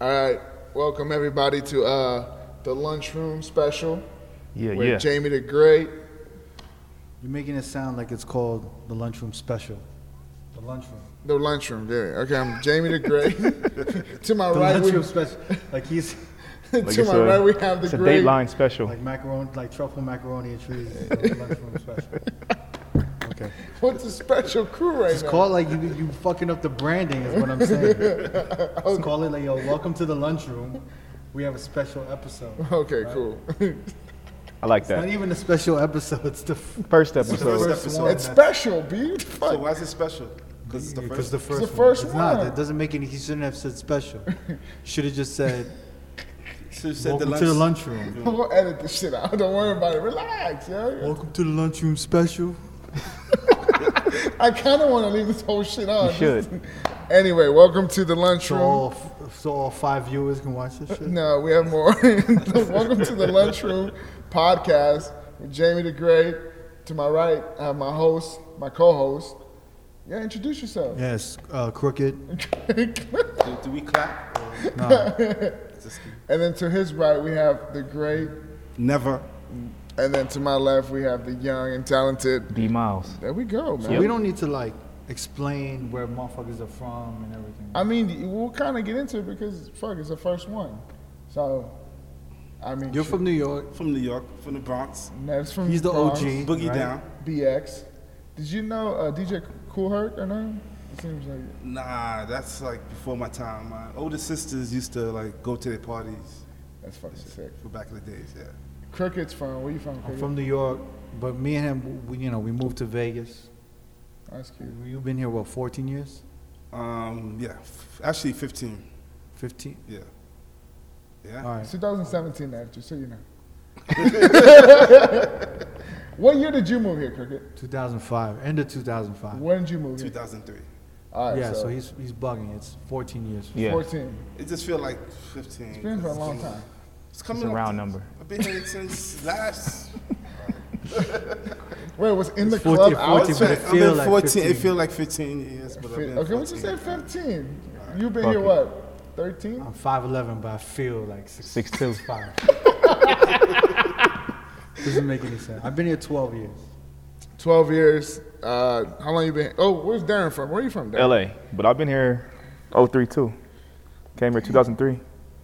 All right, welcome everybody to uh, the lunchroom special Yeah, with yeah. Jamie the Great. You're making it sound like it's called the lunchroom special. The lunchroom. The lunchroom, there. Okay, I'm Jamie the Great. to my The right, we, lunchroom special. Like he's Like to it's my a- right, we have It's the a great. Dateline special. like macaroni, like truffle macaroni and cheese. is the lunchroom special. Okay. What's the special crew right It's now? called like you you fucking up the branding is what I'm saying. Just call it like yo, welcome to the lunchroom. We have a special episode. okay, right? cool. I like It's not that. even a special episode. It's the f- First the episode. first episode. one. it's special, B. What the So fuck? why is it special? Because it's the Because first. the first, the first it's not. one. That doesn't make any. He shouldn't have said special. Should have just said so you said welcome lunch- to the lunchroom. we'll edit this shit out. Don't worry about it. Relax, yo. Welcome to the lunchroom special. I kind of want to leave this whole shit on. You should. Anyway, welcome to the So lunchroom. all, f- so all five viewers can watch this shit. No, we have more. Welcome to the Lunchroom Podcast with Jamie the Great. To my right, I have my host, my co-host. Yeah, introduce yourself. Yes, uh, crooked. Do, do we clap? or- Nah. Just keep- And then to his right, we have the great. Never. And then to my left, we have the young and talented. D Miles. There we go, man. We don't need to like explain where motherfuckers are from and everything. I mean, we'll kind of get into it because fuck, it's the first one. So, I mean, You're shit. from New York. From New York, from the Bronx. Nev's from He's the Bronx, OG. Boogie right? down. BX. Did you know uh, DJ Cool Herc or no? It seems like Nah, that's like before my time. My older sisters used to like go to their parties that's fucking sick. for back in the days. Yeah. Crooked's from where you from? I'm Crooked? from New York, but me and him, we, you know, we moved to Vegas. That's cute. You've been here what, 14 years? Um. Yeah. F- actually, 15. 15. Yeah. Yeah. All right. 2017 after, so you know. what year did you move here, Crooked? 2005. End of 2005. When did you move here? 2003. All right, Uh, Yeah, so he's he's bugging. It's 14 years. Yeah. 14. It just feel like 15. It's been for a long time. It's coming. It's a up round to- number. I've been here since last. Wait, it was in the 14, club 14, outside. but it I've feel like been 14. It 15. feel like 15 years, but I've been Okay, what you said 14. 15. You've been Fuck here it. what? 13? I'm 5'11, but I feel like 6'5. 6'2". Doesn't make any sense. I've been here 12 years. 12 years. Uh, how long you been? Oh, where's Darren from? Where are you from, Darren? LA. But I've been here 03 too. Came here 2003.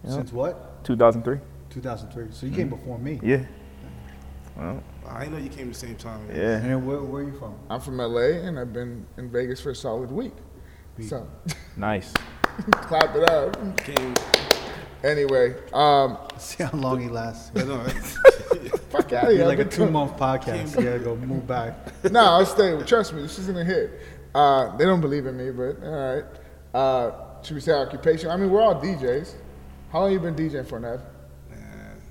Since what? 2003. 2003. So you came before me. Yeah. I know you came the same time. Yeah. And then where, where are you from? I'm from LA and I've been in Vegas for a solid week. So Nice. clap it up. Came. Anyway, um, See how long he lasts. I know, right? fuck out of Be here. like I've a been two month podcast. You gotta go move back. no, I'll stay. Trust me, this is gonna hit. Uh, they don't believe in me, but all right. Uh, should we say occupation? I mean, we're all DJs. How long you been DJing for, Nev? Man,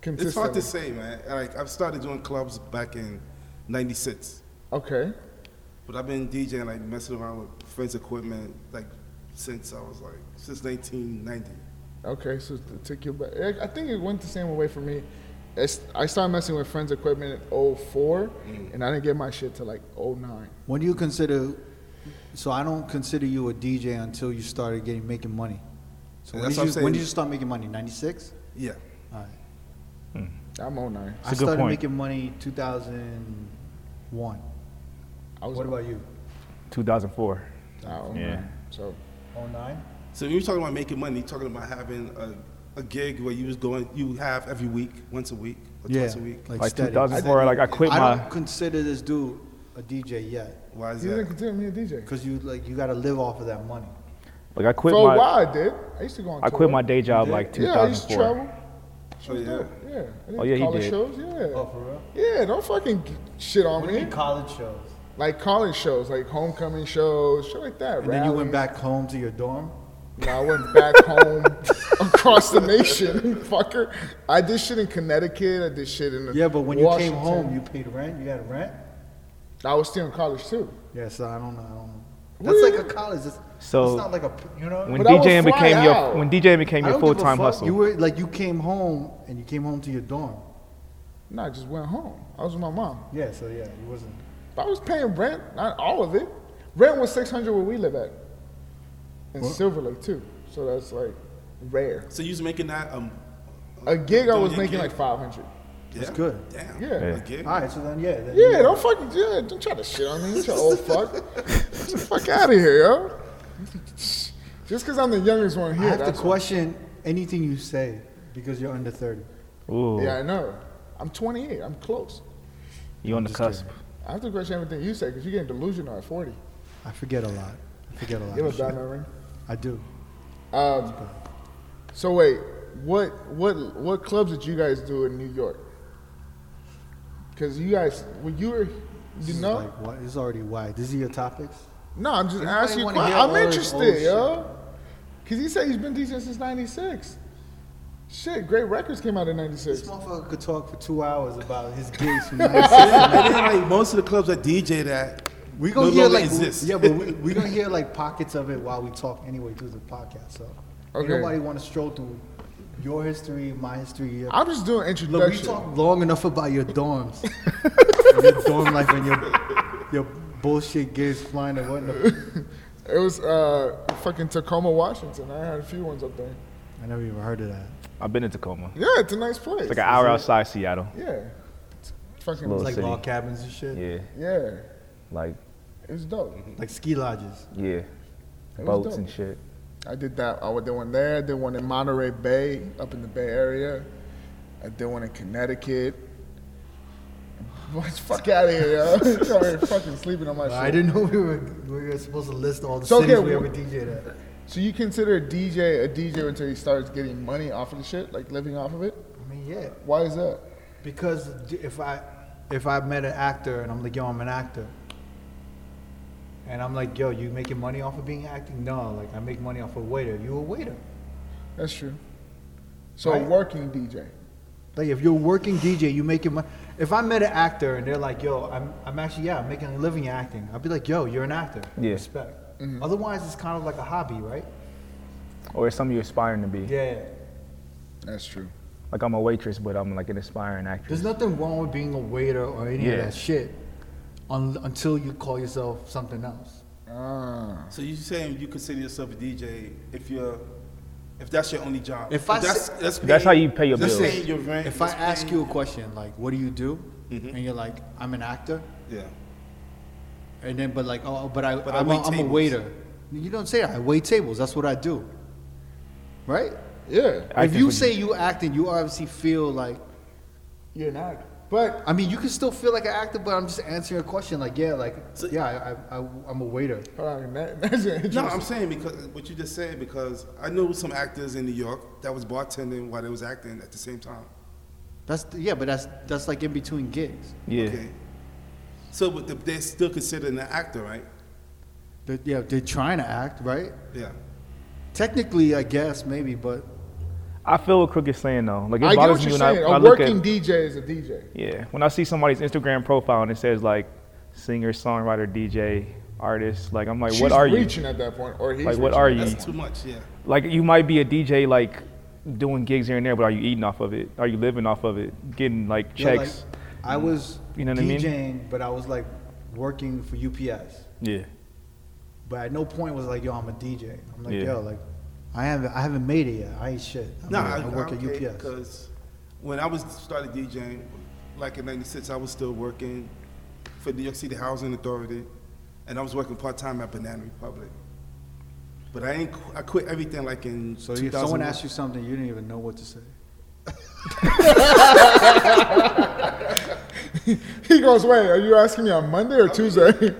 Consistently. It's hard to say, man. Like I've started doing clubs back in '96, Okay. but I've been DJing like messing around with friends' equipment like since I was like since 1990. Okay, so it took you back. I- I think it went the same way for me. It's, I started messing with friends' equipment in 04, Mm. and I didn't get my shit till like 09. When do you consider? So I don't consider you a DJ until you started getting making money. So when Yeah, that's did, what I'm you, saying. when did you start making money? Ninety six. Yeah, All right. I'm 09. It's I a good started point. making money two thousand one. I was What about you? 2004. Oh, Yeah. So, Oh nine. so when you're talking about making money, you're talking about having a, a gig where you was going, you have every week, once a week, or Yeah. twice a week. Like, Like steady. 2004. Like I quit I my. don't consider this dude a DJ yet Why is you didn't that? consider me a DJ. because you like you gotta live off of that money. Like I quit For a my. while, I did. I used to go on I quit tour. my day job like Yeah, I used to 2004. travel. She Oh was yeah. dope, Yeah. I did Oh, yeah, he college did. shows, yeah. Oh for real? Yeah, don't fucking g- shit on What do you me. mean college shows? Like college shows, like homecoming shows, shit like that. And then you went rallies. back home to your dorm. No, I went back home across the nation, fucker. I did shit in Connecticut. I did shit in Yeah, but when you Washington. came home, you paid rent. You had rent. I was still in college too. Yeah, so I don't know. I don't know. What That's do like you- a college. It's, So, it's not like a you know. When But I would DJing fly became out. your when DJing became I your don't give full a time fuck. You hustle. were like you came home and you came home to your dorm. No, I just went home. I was with my mom. Yeah, so yeah, you wasn't. But I was paying rent, not all of it. Rent was six hundred where we live at, in Silver Lake too. So that's like Rare. So you was making that um, A gig I doing was your making gig? like 500. That's good. Damn. Yeah. A gig? All right, so then yeah, then Yeah, don't fucking yeah, don't try to shit on me, you old fuck. Get the fuck out of here, yo. Just because I'm the youngest one I here. have to That's question anything you say because you're under thirty. Ooh, yeah, I know. I'm 28. I'm close. you on the cusp. I have to question everything you say because you're getting delusional at 40. I forget a lot. I forget a lot. You of have a bad shit. memory. I do. Um, so wait, what what what clubs did you guys do in New York? Because you guys, when you were, you This is know, like why- This is already why. This is your topics. no, I'm just Everybody asking. you. wanna que- hear I'm all this old interested, yo. Because he said he's been DJing since '96. Shit, great records came out in This '96. motherfucker could talk for two hours about his gigs. From and then like most of the clubs that DJ that we gonna no hear longer like exist. yeah, but we we gonna hear like pockets of it while we talk anyway through the podcast. So ain't Okay. nobody want to stroll through your history, my history. Your I'm just doing Look, we introduction. talked long enough about your dorms, And your dorm life, and your your bullshit gigs flying and whatnot. it was uh, fucking Tacoma, Washington. I had a few ones up there. I never even heard of that. I've been in Tacoma. Yeah, it's a nice place. It's like an hour outside Seattle. Yeah, it's fucking Little It's like city. log cabins and shit, Yeah, yeah, like it was dope. like ski lodges. yeah, was boats dope. and shit. I did that. I did one there. I did one in Monterey Bay, up in the Bay Area. I did one in Connecticut. What the fuck out of here, yo! You're over here fucking sleeping on my I shit. didn't know we were we were supposed to list all the So, cities okay, we wh- ever DJed at. So you consider a DJ a DJ until he starts getting money off of the shit, like living off of it? I mean, yeah, Why is that? because d- if I if I met an actor and I'm like, yo, I'm an actor, and I'm like, yo, you making money off of being acting? No, like I make money off of waiter. You a waiter? That's true. So a Right. working DJ. Like if you're a working DJ, you making money. If I met an actor and they're like, "Yo, I'm, I'm actually yeah, I'm making a living acting," I'd be like, "Yo, you're an actor. Yeah. Respect." Otherwise, it's kind of like a hobby, right? Or it's something you're aspiring to be. Yeah. That's true. Like I'm a waitress, but I'm like an aspiring actress. There's nothing wrong with being a waiter or any Yeah. of that shit, un- until you call yourself something else. Ah, So you saying you consider yourself a DJ if you're if that's your only job? If I that's s- that's, That's how you pay your that's bills. paying your rent. If I that's ask paying- you a question like, "What do you do?" Mm-hmm. and you're like, "I'm an actor," yeah, and then but like, "Oh, but I, But I I'm, wait a, I'm a tables." waiter." You don't say that. I wait tables. That's what I do. Right? yeah. I if think you we- say you acting, you obviously feel like You're not. But I mean, you can still feel like an actor, but I'm just answering a question. Like, yeah, like, yeah, I, I, I, I'm a waiter. hold on, that, that's an no, interesting. I'm saying because what you just said because I knew some actors in New York that was bartending while they was acting at the same time. That's yeah, but that's that's like in between gigs. Yeah. Okay. So, but the, they're still considered an actor, right? They're, yeah, they're trying to act, right? Yeah. Technically, I guess maybe, but I feel what Crooked's saying though. Like it I get bothers what you're me when saying. I, A when I look working at DJ is a DJ. yeah when I see somebody's Instagram profile and it says like singer, songwriter, DJ, artist. Like I'm like, She's what are you? reaching at that point, or he's Like what reaching are at that you? That's too much. Yeah. Like you might be a DJ like doing gigs here and there, but are you eating off of it? Are you living off of it? Getting like yeah, like, checks? I was You know what I mean? DJing, but I was like working for UPS. yeah. But at no point was like, yo, I'm a DJ. I'm like, Yeah. yo, like, I haven't, I haven't made it yet. I ain't shit. I'm No, like, I, I work at UPS. because when I was started DJing, like in '96, I was still working for New York City Housing Authority, and I was working part time at Banana Republic. But I ain't. qu- I quit everything like in. So if 2000, someone asked you something, you didn't even know what to say. He goes, wait, are you asking me on Monday or Tuesday?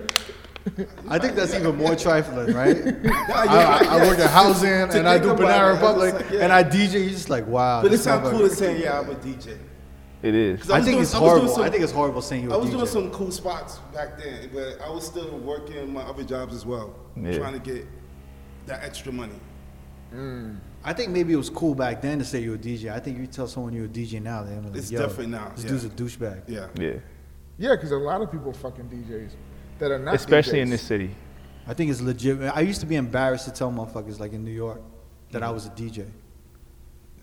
I think that's even more trifling, right? Yeah, I, yeah, I, I work at housing and I do think about it, I Banana was Republic like, yeah. and I DJ. You're just like, wow. But it this sounds motherfucker- cool to say, yeah, I'm a DJ. It is. 'Cause I was think doing- it's I was doing horrible. some- I think it's horrible saying you're I was a DJ. doing some cool spots back then, but I was still working my other jobs as well, Yeah. trying to get that extra money. I think maybe it was cool back then to say you're a DJ. I think you tell someone you're a DJ now, they're like, It's yo, different now, This yeah. dude's a douchebag. Yeah. Yeah. yeah, because a lot of people fucking DJs that are not Especially in DJs. this city. I think it's legit. I used to be embarrassed to tell motherfuckers like in New York that Mm-hmm. I was a DJ.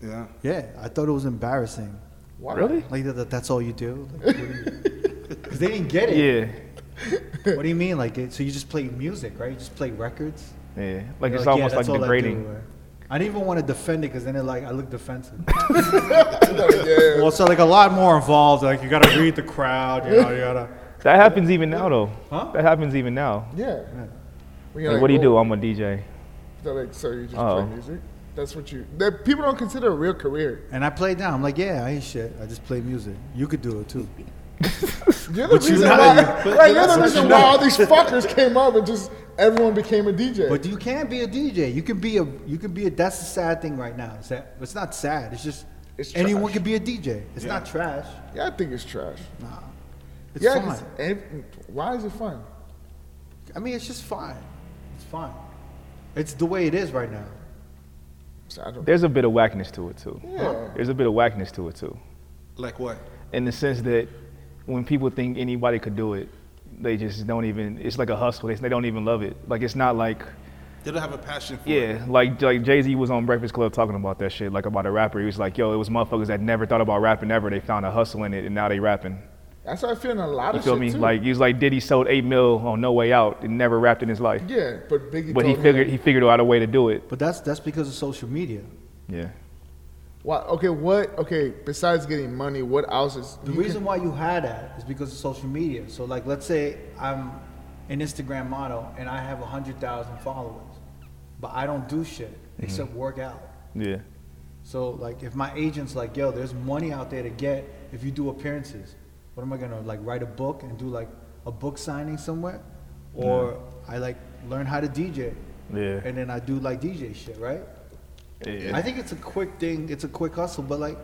Yeah. Yeah, I thought it was embarrassing. Why? Really? Like that, that that's all you do. Like, Because they didn't get it. Yeah. What do you mean? Like, it, so you just play music, right? You just play records. Yeah. Like They're it's yeah, almost like that's all I do, degrading. or- I, I didn't even want to defend it because then it like I look defensive. yeah. well, so like a lot more involved. Like you gotta read the crowd. You know, you gotta. That happens even now, though. Huh? That happens even now. yeah. We Like, like, what do you do? well, I'm a DJ. they're like, so you just Oh. play music? That's what you. That people don't consider a real career. And I played down. I'm like, yeah, I ain't shit. I just play music. You could do it too. You're the But you reason know- why. but- right, but you're the that's reason what why you know. all these fuckers came up and just everyone became a DJ. But you can be a DJ. You can be a. You can be a. That's the sad thing right now. Is that it's not sad. It's just It's anyone trash. can be a DJ. It's not trash. yeah, I think it's trash. It's yeah, 'cause fine. ev- why is it fun? I mean, it's just fine. It's fine. It's the way it is right now. So I don't. There's a bit of whackness to it too. Yeah. There's a bit of whackness to it too, Like what? in the sense that when people think anybody could do it, they just don't even. It's like a hustle. They, they don't even love it. Like it's not like They don't have a passion for it. yeah, like like Jay Z was on Breakfast Club talking about that shit, like about a rapper. He was like, yo, it was motherfuckers that never thought about rapping ever. They found a hustle in it, and now they rapping. That's how I feel in a lot You of feel shit me? too. Like he was like Diddy sold eight mil on No Way Out and never rapped in his life, yeah, but Biggie. but he told him- figured he figured out a way to do it. But that's that's because of social media. Yeah. Why? Okay, what? Okay, besides getting money, what else is The you reason why you had that is because of social media. So like, let's say I'm an Instagram model and I have hundred thousand followers, but I don't do shit Mm-hmm. except work out. Yeah. So like, if my agent's like, yo, there's money out there to get if you do appearances. What am I gonna like write a book and do like a book signing somewhere, or I like learn how to DJ, Yeah. and then I do like DJ shit, right? I think it's a quick thing. It's a quick hustle, but like,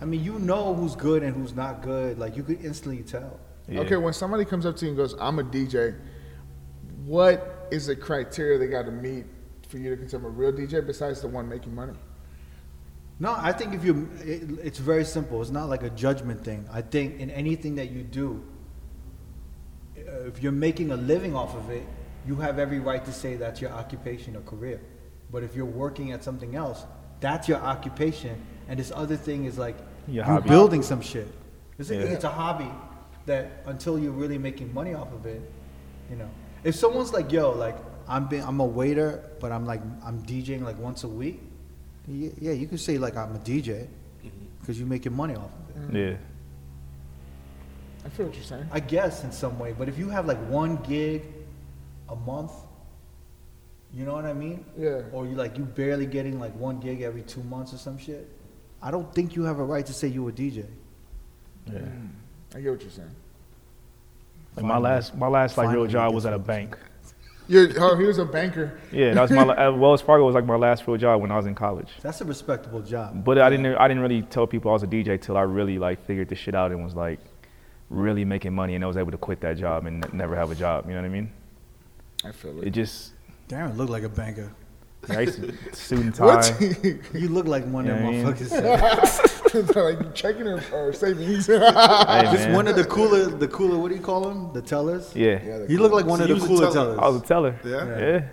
I mean, you know who's good and who's not good. Like, you could instantly tell. can, okay, when somebody comes up to you and goes, "I'm a DJ," what is the criteria they got to meet for you to consider 'em a real DJ besides the one making money? No, I think if you, it, it's very simple. It's not like a judgment thing. I think in anything that you do, uh, if you're making a living off of it, you have every right to say that's your occupation or career. But if you're working at something else, that's your occupation, and this other thing is like Your you're hobby. building some shit. It's, a, Yeah. it's a hobby that until you're really making money off of it, you know. If someone's like, "Yo, like I'm being, I'm a waiter, but I'm like I'm DJing like once a week," y- yeah, you could say like I'm a DJ because you're making money off of it. Yeah. I feel what you're saying. I guess in some way, but if you have like one gig a month, you know what I mean? Yeah. Or you like you barely getting like one gig every two months or some shit. I don't think you have a right to say you a DJ. Yeah. I get what you're saying. Like my last my last like real Finally, job that's was at a what I'm bank. You're, oh, he was a banker. Yeah, that was my la- uh, Wells Fargo was like my last real job when I was in college. That's a respectable job. But I didn't I didn't really tell people I was a DJ till I really like figured this shit out and was like really making money and I was able to quit that job and n- never have a job. You know what I mean? I feel It it. just Darren looked like a banker. I used to suit and What? tie. You look like one of Yeah, I them mean- motherfuckers. said. It's like checking or, or savings. Hey, Just man. one of the cooler, the cooler. What do you call them? The tellers. yeah. You look like one So of you the was a cooler teller. tellers. I was a teller. Yeah? Yeah.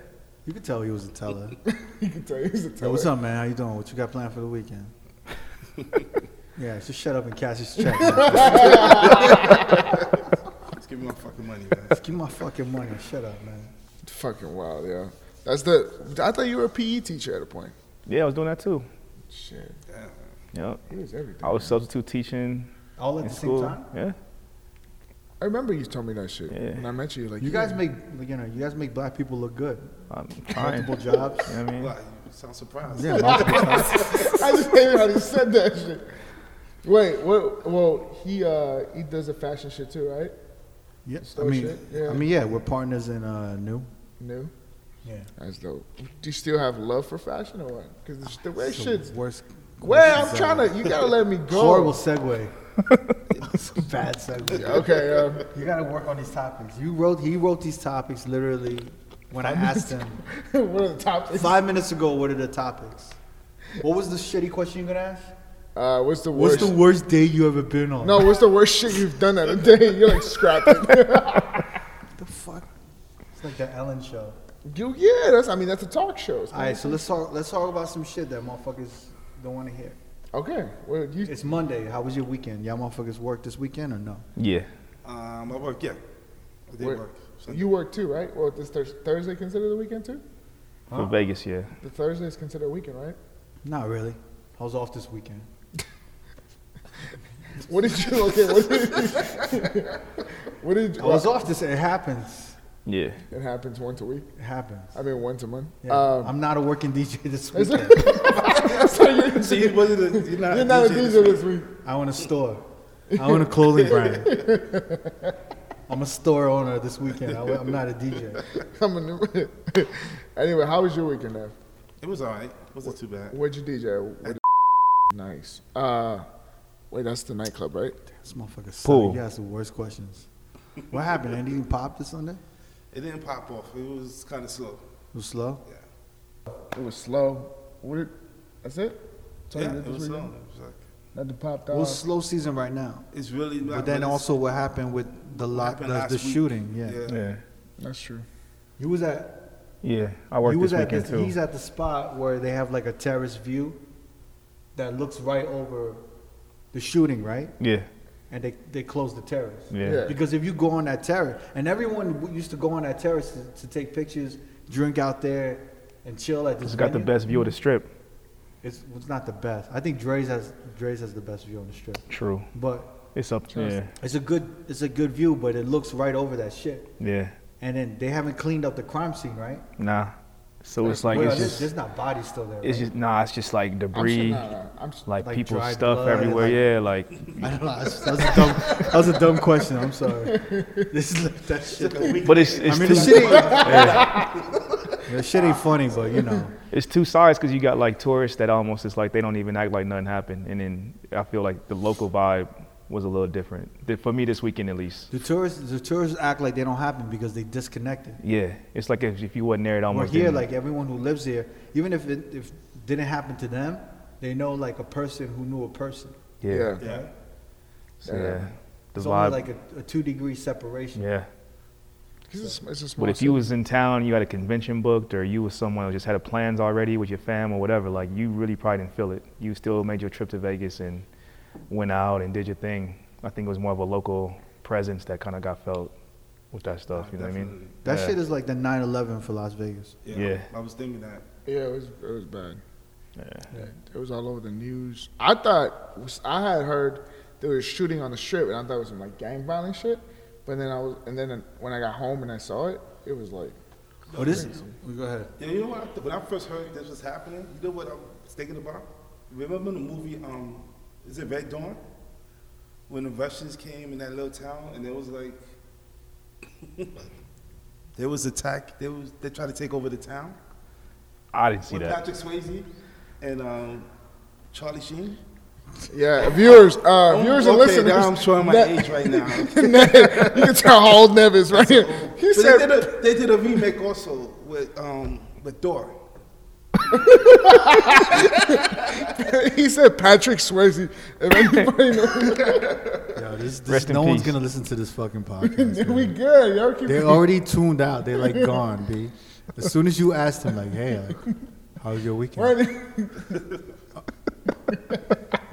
you could tell he was a teller. you can tell he's a Hey, teller. what's up, man? How you doing? What you got planned for the weekend? yeah, just shut up and cash this check. man. Just give me my fucking money, man. Just give me my fucking money. Shut up, man. Fucking wild, yeah. That's the. I thought you were a PE teacher at a point. Yeah, I was doing that too. Shit, Yep. he was everything. I was substitute teaching All at in the school. same time. Yeah. I remember you told me that shit Yeah. when I met you. Like You yeah. guys make, you know, you guys make black people look good. I'm trying. Multiple you jobs. know what I mean? Wow, you sound surprised. Yeah, multiple jobs. I just hated how he said that shit. Wait, what? Well, he uh, he does the fashion shit too, right? Yeah, I Store mean, shit, yeah. I mean, yeah, we're partners in uh, new. No, Yeah. that's dope. Do you still have love for fashion or what? Because the way It's the shit's. worst. Well, I'm worst trying to. design. You gotta let me go. uh, Horrible segue. It's a bad segue. Okay, uh, You gotta work on these topics. You wrote, he wrote these topics literally when I asked him what are the topics? five minutes ago. What are the topics? What was the shitty question you gonna ask? Uh, what's the What's worst? the worst day you ever been on? no, what's the worst shit you've done at a day? You're like scrap it. the fuck. It's like the Ellen show. You, yeah, that's. I mean, that's a talk show. All right, so let's talk. Let's talk about some shit that motherfuckers don't want to hear. Okay. Well, you It's Monday. How was your weekend? Y'all motherfuckers work this weekend or no? Yeah. Um, I work, yeah. I did work. work. So You work too, right? Well, this Thurs Thursday considered the weekend too? For Vegas, yeah. The Thursday is considered a weekend, right? Not really. I was off this weekend. What did you? Okay, what did? what did? I was off this. It happens. Yeah. it happens once a week. It happens. I mean, once a month. Yeah. Um, I'm not a working DJ this is weekend. it- so you're, So you wasn't a, you're not you're not a DJ. DJ this week. I own a store. I own a clothing brand. I'm a store owner this weekend. I, am not a DJ. I'm a new. anyway, how was your weekend, Ev? It was all right. Wasn't too bad. Where'd you DJ? What nice. Uh, wait, that's the nightclub, right? This motherfucker sucks. Pool. You ask the worst questions. What happened? Anything popped this Sunday? It It didn't pop off. It was kind of slow. was slow. Yeah. It was slow. What? Did, that's it. That's all you Yeah, did it this was slow. weekend? It was like- Nothing popped It off. was slow season right now. It's really not. But then it's- also what happened with the lock, happened the, last the week. shooting. Yeah. Yeah. that's true. You was at Yeah. I you worked was this at weekend this, he's too. at the spot where they have like a terrace view that looks right over the shooting, right? Yeah. And they, they closed the terrace. Yeah. Yeah. Because if you go on that terrace, and everyone w- used to go on that terrace to, to take pictures, drink out there, and chill at this. It's got the venue. best view of the strip. It's, it's not the best. I think Dre's has Dre's has the best view on the strip, True. but It's up. Yeah. it's a good it's a good view, but it looks right over that shit. Yeah. And then they haven't cleaned up the crime scene, right? Nah. So it's like Well, it's there's, just there's not bodies still there. it's right? just nah. It's just like I'm sure, debris, nah, nah, I'm s- like uh, Like people's dried stuff blood, everywhere. like- Yeah. Like I don't know. That's, that's a dumb. That was a dumb question. I'm sorry. This is like, that shit. But it's it's I mean, two the shit ain't. The shit ain't funny, but you know. it's two sides because you got like tourists that almost it's like they don't even act like nothing happened, and then I feel like the local vibe was a little different Th- for me this weekend at least. The tourists, the tourists act like they don't happen because they disconnected. Yeah, it's like if, if you wasn't there, it We're almost here, didn't- like everyone who lives here, even if it if didn't happen to them, they know like a person who knew a person. yeah, yeah. Yeah. So, Yeah. yeah. The it's vibe, only like a, a two degree separation. yeah. 'Cause It's, a s- it's a small But if you was in town, you had a convention booked, or you was someone who just had plans already with your fam or whatever, like you really probably didn't feel it. You still made your trip to Vegas and went out and did your thing. I think it was more of a local presence that kind of got felt with that stuff. You know what I mean? That Yeah. shit is like the 9/11 for Las Vegas. Yeah. Yeah. I was thinking that. Yeah, it was it was bad. Yeah. It was all over the news. I thought was- I had heard there was shooting on the strip, and I thought it was some like gang violence shit. But then I was, and then when I got home and I saw it, it was like Oh, this. Go ahead. Yeah, you know what? I th- When I first heard this was happening, you know what I was thinking about? Remember the movie, um, is it Red Dawn? When the Russians came in that little town and it was like, there was attack. They was they tried to take over the town I didn't see with that. Patrick Swayze and um, Charlie Sheen. yeah, viewers, uh, viewers Oh, okay, and listeners. Now I'm showing my Nev- age right now. Nev- you can tell how old Nev is right here. He But said, they, did a, they did a remake also with um, with Thor. he said Patrick Swayze. If anybody knows, Yo, this, this, Rest in no one's peace. gonna listen to this fucking podcast. we man. good, y'all keep. They're already tuned out. They're like gone, b. As soon as you asked them, like, hey, like, how was your weekend?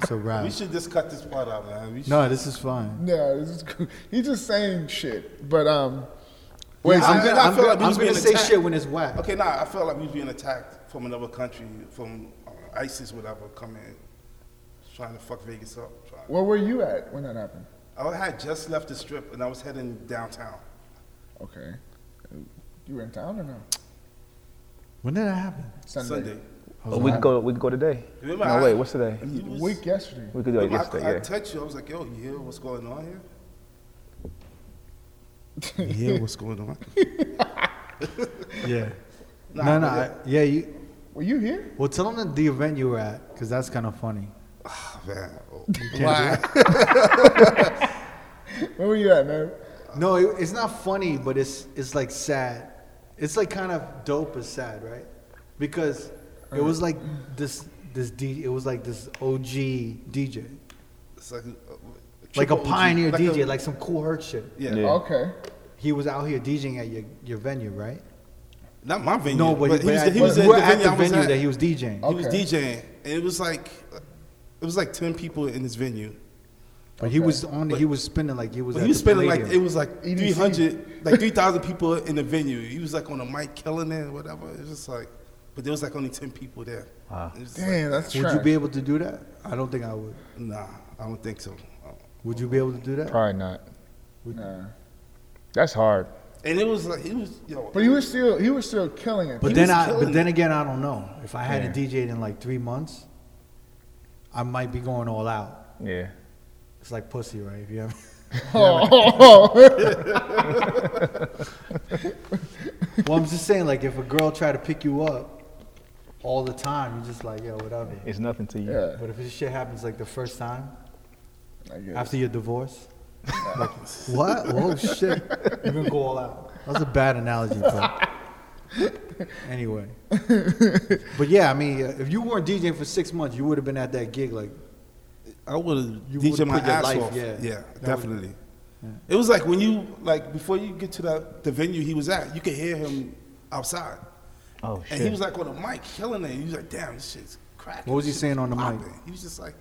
It's a wrap. We should just cut this part out, man. We should, No, this is fine. no, this is cool. He's just saying shit, but um, wait, Yeah, so I'm you- good. I feel like we was being attacked. when it's whack. Okay, nah, I felt like we was being attacked from another country, from uh, ISIS, whatever, coming, trying to fuck Vegas up. Trying. where were you at when that happened? I had just left the strip and I was heading downtown. Okay. You were in town or no? When did that happen? Sunday. Sunday. Oh, we could go. We could go today. Remember no, I- wait. What's today? It was- Week yesterday. We could do it remember I- I, yesterday. Yeah. touched you. I was like, yo, you hear what's going on here? Yeah, what's going on? yeah. Nah, no, no, but I, yeah. You, Were you here? well, tell them the event you were at, cause that's kind of funny. man. Oh, Where were you at, man? No, it, it's not funny, but it's it's like sad. It's like kind of dope, but sad, right? Because it was like this this D, it was like this OG DJ, it's like a, like triple a OG, pioneer like a- DJ, like some cool hurt shit. yeah. Yeah. Okay. He was out here DJing at your, your venue, right? Not my venue. No, but, but, he was, at, he was but at we're the venue, I at the was venue at. that he was DJing. Oh, He was Okay. DJing, and it was like, it was like ten people in this venue. But he was on. he was spinning like he was. But at he was the spending like it Palladium. was like EDC. three hundred, like three thousand people in the venue. He was like on a mic killing it, whatever. It was just like but there was like only ten people there. Ah. It was like, Damn, that's Would trash. you be able to do that? I don't think I would. nah, I don't think so. Would you be able to do that? Probably not. Nah. That's hard. And it was like he was, you know, But he was still he was still killing it. But He then was I, killing but then again, I don't know. If I Yeah. hadn't DJed in like three months, I might be going all out. Yeah. It's like pussy, right? If you have, well, I'm just saying, like, if a girl try to pick you up all the time, you're just like, yo, whatever. It's nothing to you. yeah, But if this shit happens like the first time I guess. after your divorce, like, what? Oh shit! You're gonna go all out. That was a bad analogy, but anyway. But yeah, I mean, uh, if you weren't DJing for six months, you would have been at that gig like I would have You DJ would've my put your ass life, off. yeah. Yeah, That would- definitely. Yeah. It was like when you like before you get to the the venue he was at, you could hear him outside, Oh and he shit. was like on the mic killing it. He was like, "Damn, this shit's cracking." What was he This saying shit's on the mic? popping." He was just like,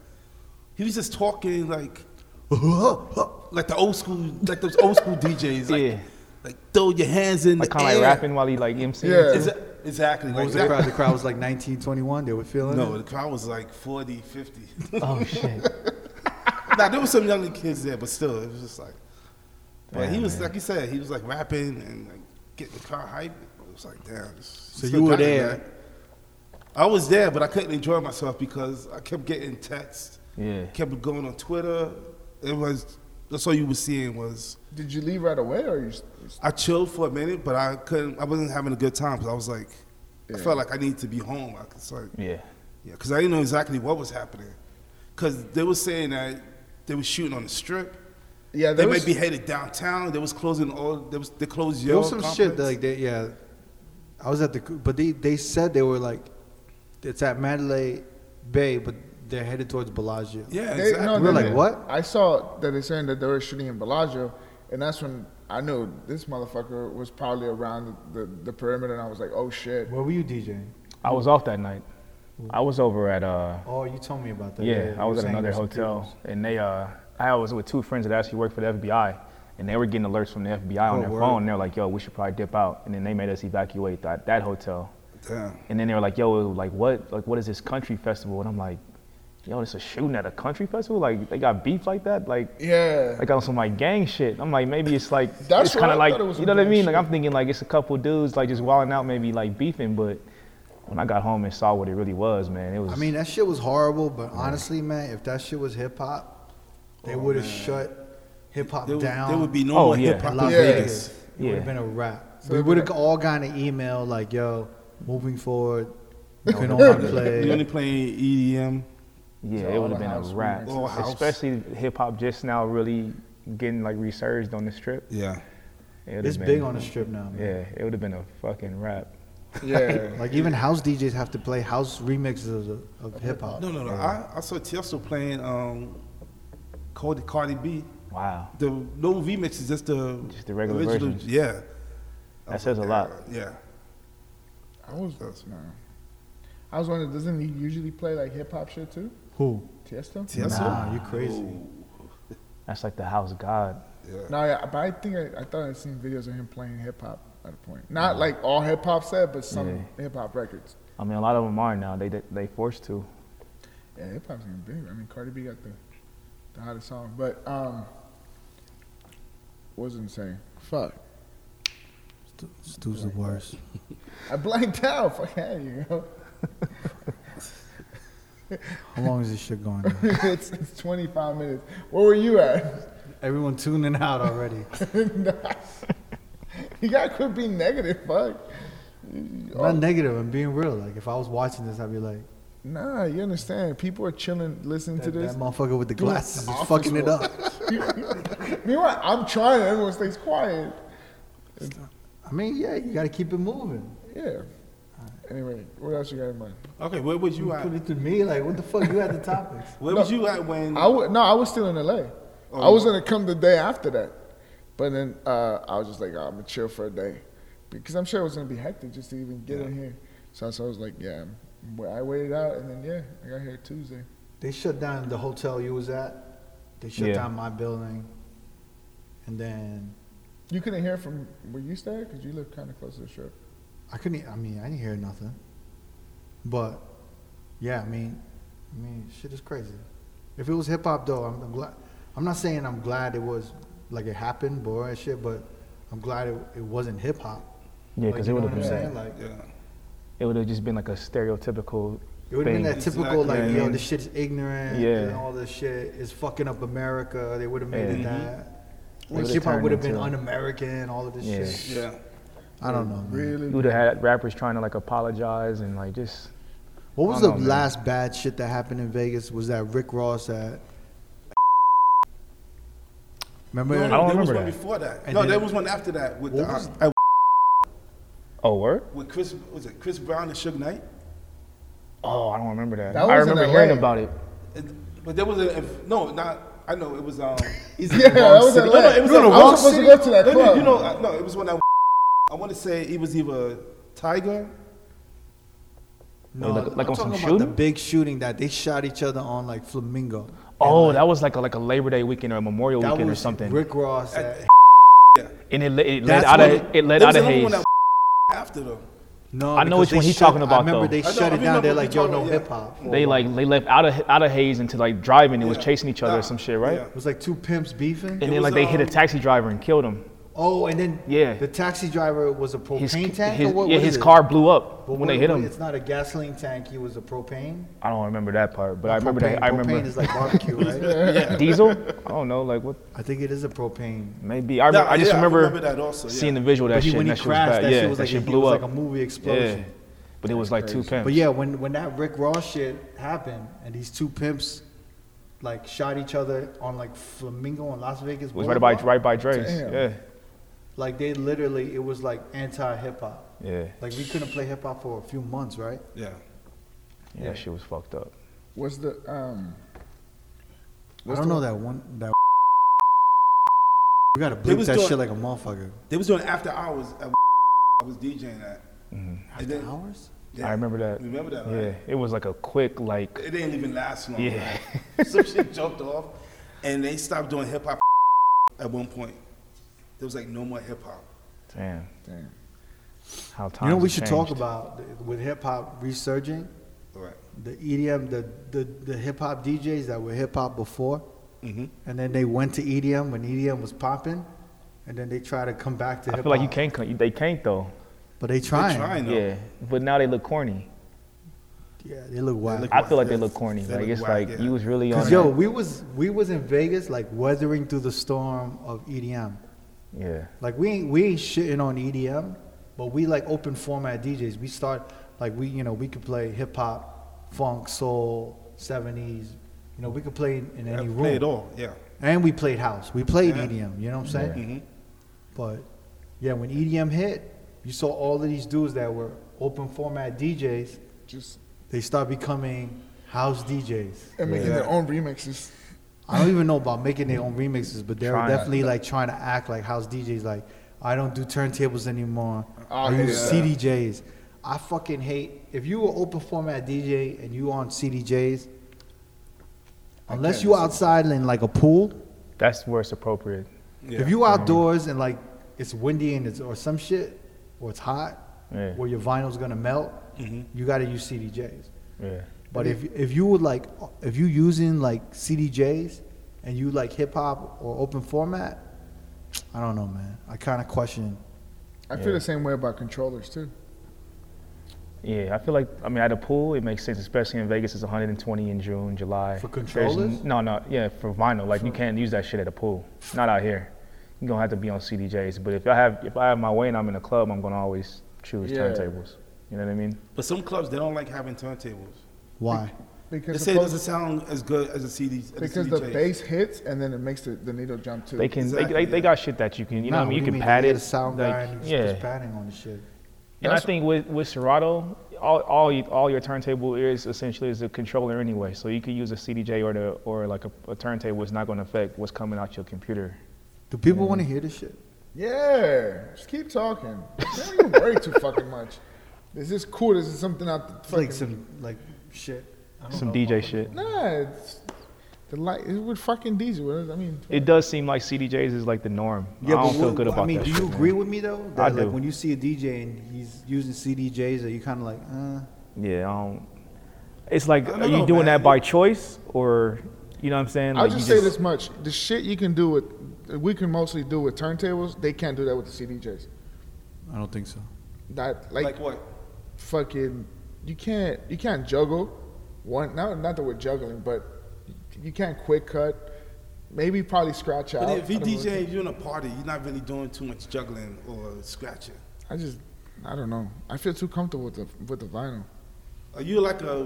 he was just talking like, like the old school, like those old school DJs, like, Yeah. like throw your hands in Like the kind of air. like rapping while he like MC. Yeah. Exa- exactly. What Like was the crowd? that. The crowd was like 19, 21. They were feeling No, it. the crowd was like 40, 50. Oh shit. now there was some younger kids there, but still, it was just like. But he Damn, was man. like you said, he was like rapping and like getting the car hype. It was like damn. this- So this you were got me, there. man. I was there, but I couldn't enjoy myself because I kept getting texts. Yeah. Kept going on Twitter. It was that's all you were seeing was Did you leave right away or you? I chilled for a minute, but I couldn't. I wasn't having a good time because I was like, Yeah. I felt like I needed to be home. I was like, Yeah. yeah, because I didn't know exactly what was happening. Because they were saying that they were shooting on the strip. Yeah, They there might was- be headed downtown. They was closing all. They was they closed. There your was some shit that, complex. like, they, yeah. I was at the, but they, they said they were like, it's at Mandalay Bay, but they're headed towards Bellagio. yeah, They- exactly. no, We're they- like, what? I saw that they're saying that they were shooting in Bellagio, and that's when I knew this motherfucker was probably around the, the, the perimeter, and I was like, oh shit. Where were you DJing? I was off that night. I was over at uh Oh, you told me about that. yeah, I you was were at saying another there's some hotel people. and they uh I was with two friends that actually worked for the FBI and they were getting alerts from the FBI on Oh, their word. phone and they're like, yo, we should probably dip out and then they made us evacuate that, that hotel. Damn. And then they were like, yo, like what like what is this country festival? And I'm like, yo, this is shooting at a country festival? Like they got beef like that? Like Yeah. like on some like gang shit. I'm like, maybe it's like That's it's kind what I of like thought it was some you know what I gang mean. Like shit. I'm thinking like it's a couple dudes like just wilding out, maybe like beefing. But when I got home and saw what it really was, man, it was. I mean, that shit was horrible, but honestly, man, if that shit was hip hop, they would have shut hip hop There, would- down. there would be no more Oh, yeah. hip hop. Las Yeah. Vegas. It Yeah. would have been a wrap. So we it'd would have be all gotten an email like, yo, moving forward, you can only You only E play. playing EDM. yeah, So it would all have been a house wrap. remixes. All house. Especially hip hop just now really getting like resurged on the strip. Yeah. It would've It's been- big on the strip now, man. Yeah, it would have been a fucking wrap. yeah. Like, even house DJs have to play house remixes of, the- of hip hop. No, no, no. I, I saw Tiesto playing um, Cardi, Cardi B. Wow, The no remixes, just the Just the regular versions. Yeah. I That was says like, a lot. Yeah. I was man. I was wondering, doesn't he usually play like hip hop shit too? Who? Tiesto? Tiesto. Nah, you crazy. that's like the house god. Yeah. No, yeah, but I think I, I thought I'd seen videos of him playing hip hop at a point. Not like all hip hop set, but some Yeah. hip hop records. I mean, a lot of them are now. They they, they forced to. Yeah, hip hop's getting big. I mean, Cardi B got the the hottest song, but um, what was insane. Fuck, This dude's the worst. I blanked out. Fuck out of you. yo. How long is this shit going? on? it's it's 25 minutes. Where were you at? Everyone tuning out already. you gotta quit being negative. Fuck. Oh, I'm not negative. I'm being real. Like if I was watching this, I'd be like, Nah, you understand. People are chilling, listening that, to this. that motherfucker with the Dude, glasses is office fucking it work. up. Meanwhile, I'm trying. Everyone stays quiet. I mean, yeah, you gotta keep it moving. Yeah. Anyway, what else you got in mind? Okay, where was you You at? put it to me, like what the fuck? You had the topics. Where was you at when? I w- no, I was still in LA. Oh, I was you- gonna come the day after that, but then uh, I was just like, oh, I'm gonna chill for a day, because I'm sure it was gonna be hectic just to even get in here. So, so I was like, yeah, I'm- well, I waited out, and then yeah, I got here Tuesday. They shut down the hotel you was at. They shut Yeah. down my building, and then You couldn't hear from where you stayed because you live kind of close to the strip. e, I couldn't. I mean, I didn't hear nothing. But yeah, I mean, I mean, shit is crazy. If it was hip hop though, I'm, I'm glad. I'm not saying I'm glad it was like it happened, but all that shit. But I'm glad it, it wasn't hip hop. Yeah, Like, because you it would know have what I'm been saying? Like, Yeah. it would have just been like a stereotypical It would have thing. been that typical Exactly. like, Yeah. yo, this shit's ignorant Yeah. and all this shit is fucking up America. They would have made it Yeah. that. It Like would've hip hop turned would have been into- un-American. All of this Yeah. shit. Yeah. I don't know. man. Really? You would have had rappers trying to like apologize and like just What was I the don't know, man. last bad shit that happened in Vegas? Was that Rick Ross at? Remember? No, I don't there was remember one that. before that. And no, then- there was one after that with What the, was- uh, oh word. with Chris was it Chris Brown and Suge Knight. Oh, I don't remember that. That I was in remember hearing LA. about it. It- but there was a if, no, not I know it was um. Yeah, that was No, no, Atlanta. it was You at- know, I I was was supposed to go to that no, no, club. you know, I- no, it was when I. I want to say it was either Tiger. No, Like- like I'm on talking some about the shooting? big shooting that they shot each other on like Flamingo. And, Oh, like, that was like a, like a Labor Day weekend or a Memorial that weekend or was something. Rick Ross. At, and it, le- it led That's out when of it- it led there out was of another Hayes. one After though, no, I know because which they one he's shut- talking about, I remember though. they I know- shut I it down. remember They're what like, you're yo, no talking hip about, hop. They like they left out of out of Hayes into like driving. It was Yeah. chasing each other Nah. or some shit, right? Yeah. It was like two pimps beefing. And It then like was, they hit a um, taxi driver and killed him. Oh, and then Yeah. the taxi driver was a propane His tank. his, or what yeah, was his it? car blew up But when what- they hit what- him. It's not a gasoline tank. He was a propane. I don't remember that part, but I remember propane, that. I Propane remember is like barbecue, right? diesel. I don't know, like what I think it is a propane. maybe. I, rem- Nah, I just yeah, I remember, remember that also, yeah. seeing the visual of that But he, shit. when and that he shit was crashed, bad. that yeah, shit was that like shit it blew was up. like a movie explosion. yeah, but it was like two pimps. But yeah, when when that Rick Ross shit happened and these two pimps like shot each other on like Flamingo in Las Vegas. it was right by Boulevard, right by Dre's. Damn. Yeah, Like they literally, it was like anti hip hop. yeah, Like we couldn't play hip hop for a few months, right? yeah. yeah. That shit was fucked up. What's the um? I don't know that one. That we gotta They bleep was that doing- shit like a motherfucker. They was doing after hours. At, I was DJing that. Mm-hmm. And After then- hours? yeah. I remember that. Remember that, Yeah, right? it was like a quick like. It didn't even last long. Yeah. right? Some shit jumped off, and they stopped doing hip hop at one point. There was like no more hip hop. Damn, Damn. how time. You know what we should talk about with hip hop resurging. Right. the EDM, the the, the hip hop DJs that were hip hop before, Mm-hmm. and then they went to EDM when EDM was popping, and then they try to come back to I hip hop. feel like you can't. co- They can't though. But they trying. They're trying though. Yeah, but now they look corny. Yeah, they look wild. look I feel like they Yeah. look corny. They Like look it's whack, like yeah. you was really on. Cause yo, we was we was in Vegas like weathering through the storm of E that. EDM. yeah. Like we ain't we ain't shitting on EDM, but we like open format DJs. We start like we you know we could play hip hop, funk, soul, seventies. You know we could play in, in any room. Play it all. Yeah. And we played house. We played Yeah. EDM. You know what I'm saying? Mhm. But yeah, when EDM hit, you saw all of these dudes that were open format DJs. Just They start becoming house DJs. and making their own remixes. I don't even know about making their own remixes, but they're Trying to- definitely like trying to act like house DJs. Like I don't do turntables anymore. Oh, I use yeah. CDJs. I fucking hate if you were open format DJ and you on CDJs. Unless can't you outside in like a pool, That's where it's appropriate. Yeah. If you outdoors and like it's windy and it's or some shit or it's hot Yeah. where your vinyl's gonna melt, Mm-hmm. you gotta use CDJs. Yeah. But if if you would like if you using like CDJs and you like hip hop or open format, I don't know, man. I kind of question. I feel the same way about controllers too. Yeah, I feel like I mean at a pool it makes sense, especially in Vegas. It's 120 in June, July. For There's controllers? n- No, no, yeah, for vinyl. Like you can't use that shit at a pool. Not out here. You gonna have to be on CDJs. But if I have if I have my way and I'm in a club, I'm gonna always choose Yeah. turntables. You know what I mean? But some clubs they don't like having turntables. Why? They Because say the it fo- doesn't sound as good as a CD. As a because the CDJ. bass hits and then it makes the, the needle jump too. They can Exactly, they, they, they yeah. got shit that you can you know Nah, what I mean what you do can mean? pad You it. get a sound like, guy and you yeah. just padding on the shit. And I That's- think with with Serato, all all, you, all your turntable is essentially is a controller anyway. So you could use a CDJ or the or like a, a turntable. It's not going to affect what's coming out your computer. Do people want to hear this shit? yeah, just keep talking. Don't even worry too fucking much. This is cool. This is something out the It's like fucking- some like shit. I don't Some know. DJ shit. Nah, it's the light. It would fucking DJ. What is- I mean, It does seem like CDJs is like the norm. I don't feel what- good what- about I mean, that. do you shit, man. agree with me though? That I like do. when you see a DJ and he's using CDJs, are you kind of like, uh, Yeah, I don't. It's like, I don't are you know, doing man. that by choice or, you know what I'm saying? I'll Like, just you say this much: the shit you can do with, we can mostly do with turntables. They can't do that with the CDJs. I don't think so. That like, uh, Like what? fucking, you can't you can't juggle. One, not not that we're juggling, but you can't quick cut. Maybe probably scratch out. But if I you don't know. DJ, you're in a party, you're not really doing too much juggling or scratching. I just, I don't know. I feel too comfortable with the with the vinyl. Are you like a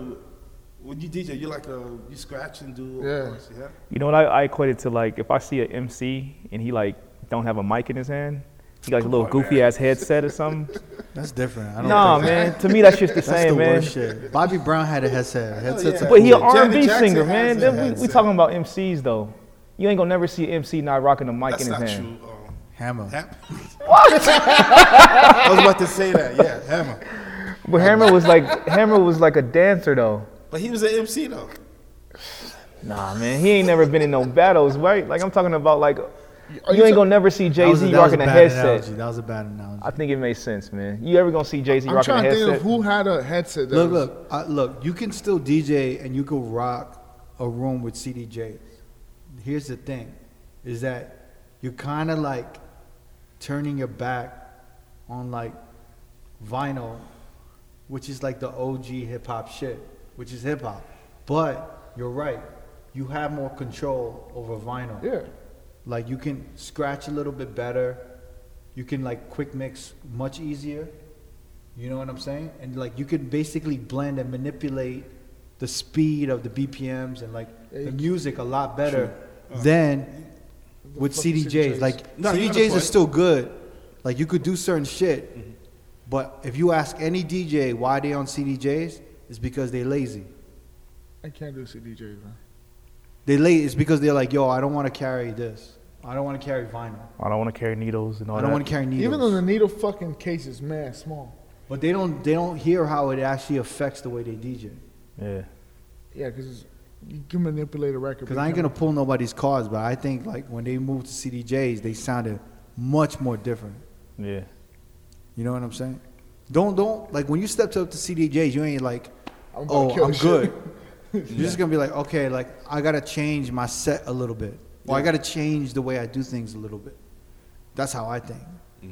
when you DJ, you're like a you scratch and do all Yeah. that shit, yeah? You know what I, I equate it to like if I see an MC and he like don't have a mic in his hand, he got like a little goofy ass headset or something. That's different. I don't Nah, think man. To me, that's just the That's same, the man. worst shit. Bobby Brown had a headset. Headsets yeah. are But he an cool. Janet R&B Jackson singer, man. has a Then we, we headset. talking about MCs though. You ain't gonna never see MC not rocking a mic That's in his not hand. true. Um, Hammer. Hammer. What? I was about to say that. Yeah, Hammer. But Hammer was like Hammer was like a dancer though. But he was an MC though. Nah, man, he ain't never been in no battles, right? Like I'm talking about like you, you ain't ta- gonna never see That Jay was a- Z that was rocking a bad headset. analogy. That was a bad analogy. I think it makes sense, man. You ever gonna see Jay Z I'm rocking a trying to headset? think of who had a headset. That Look, was- look, I, look. You can still DJ and you can rock a room with CDJs. Here's the thing, is that you're kind of like turning your back on like vinyl, which is like the OG hip hop shit, which is hip hop. But you're right. You have more control over vinyl. Yeah. Like you can scratch a little bit better. You can like quick mix much easier. You know what I'm saying? And like you can basically blend and manipulate the speed of the BPMs and like the music a lot better Uh-huh. than with fuck is CDJs. CDJs? Like No, you got CDJs are a point. Mm-hmm. still good. Like you could do certain shit. But if you ask any DJ why they on CDJs, it's because they lazy. I can't do CDJs, man. They lazy. It's because they're like, yo, I don't want to carry this. I don't want to carry vinyl. I don't want to carry needles and all I that. don't want to carry needles. Oh, Even though the needle fucking case is mad small. But they don't they don't hear how it actually affects the way they DJ. yeah. Yeah, because you can manipulate a record. Because but I ain't you gonna pull nobody's cards, but I think like when they moved to CDJs, they sounded much more different. Yeah. You know what I'm saying? Don't don't like when you stepped up to CDJs, you ain't like, I'm gonna oh, kill I'm this good. shit. You're just gonna be like, okay, like I gotta change my set a little bit, or I gotta change the way I do things a little bit. That's how I think. Yeah,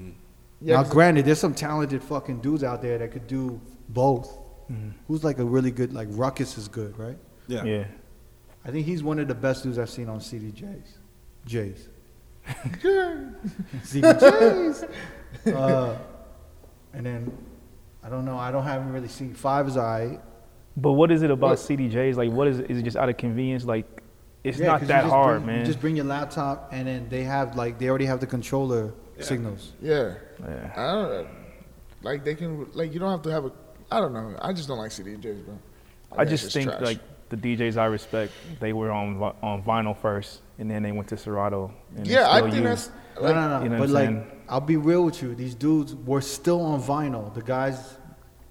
now, 'cause- granted, there's some talented fucking dudes out there that could do both. Mm-hmm. Who's like a really good like Ruckus is good, right? Yeah. Yeah. I think he's one of the best dudes I've seen on CDJs. J's. CDJs. uh, and then I don't know. I don't haven't really seen five is I. But what is it about CDJs? Like, what is it? Is it just out of convenience? Like, it's not that hard, bring, man. You just bring your laptop and then they have like they already have the controller signals. Yeah. Yeah. I don't know. Like they can like you don't have to have a. I don't know. I just don't like CDJs, bro. I that just shit's think trash. like the DJs I respect, they were on vi- on vinyl first, and then they went to Serato. And they Yeah, I still think use- that's. no, no, no. you know what but I'm like, saying? I'll be real with you. These dudes were still on vinyl. The guys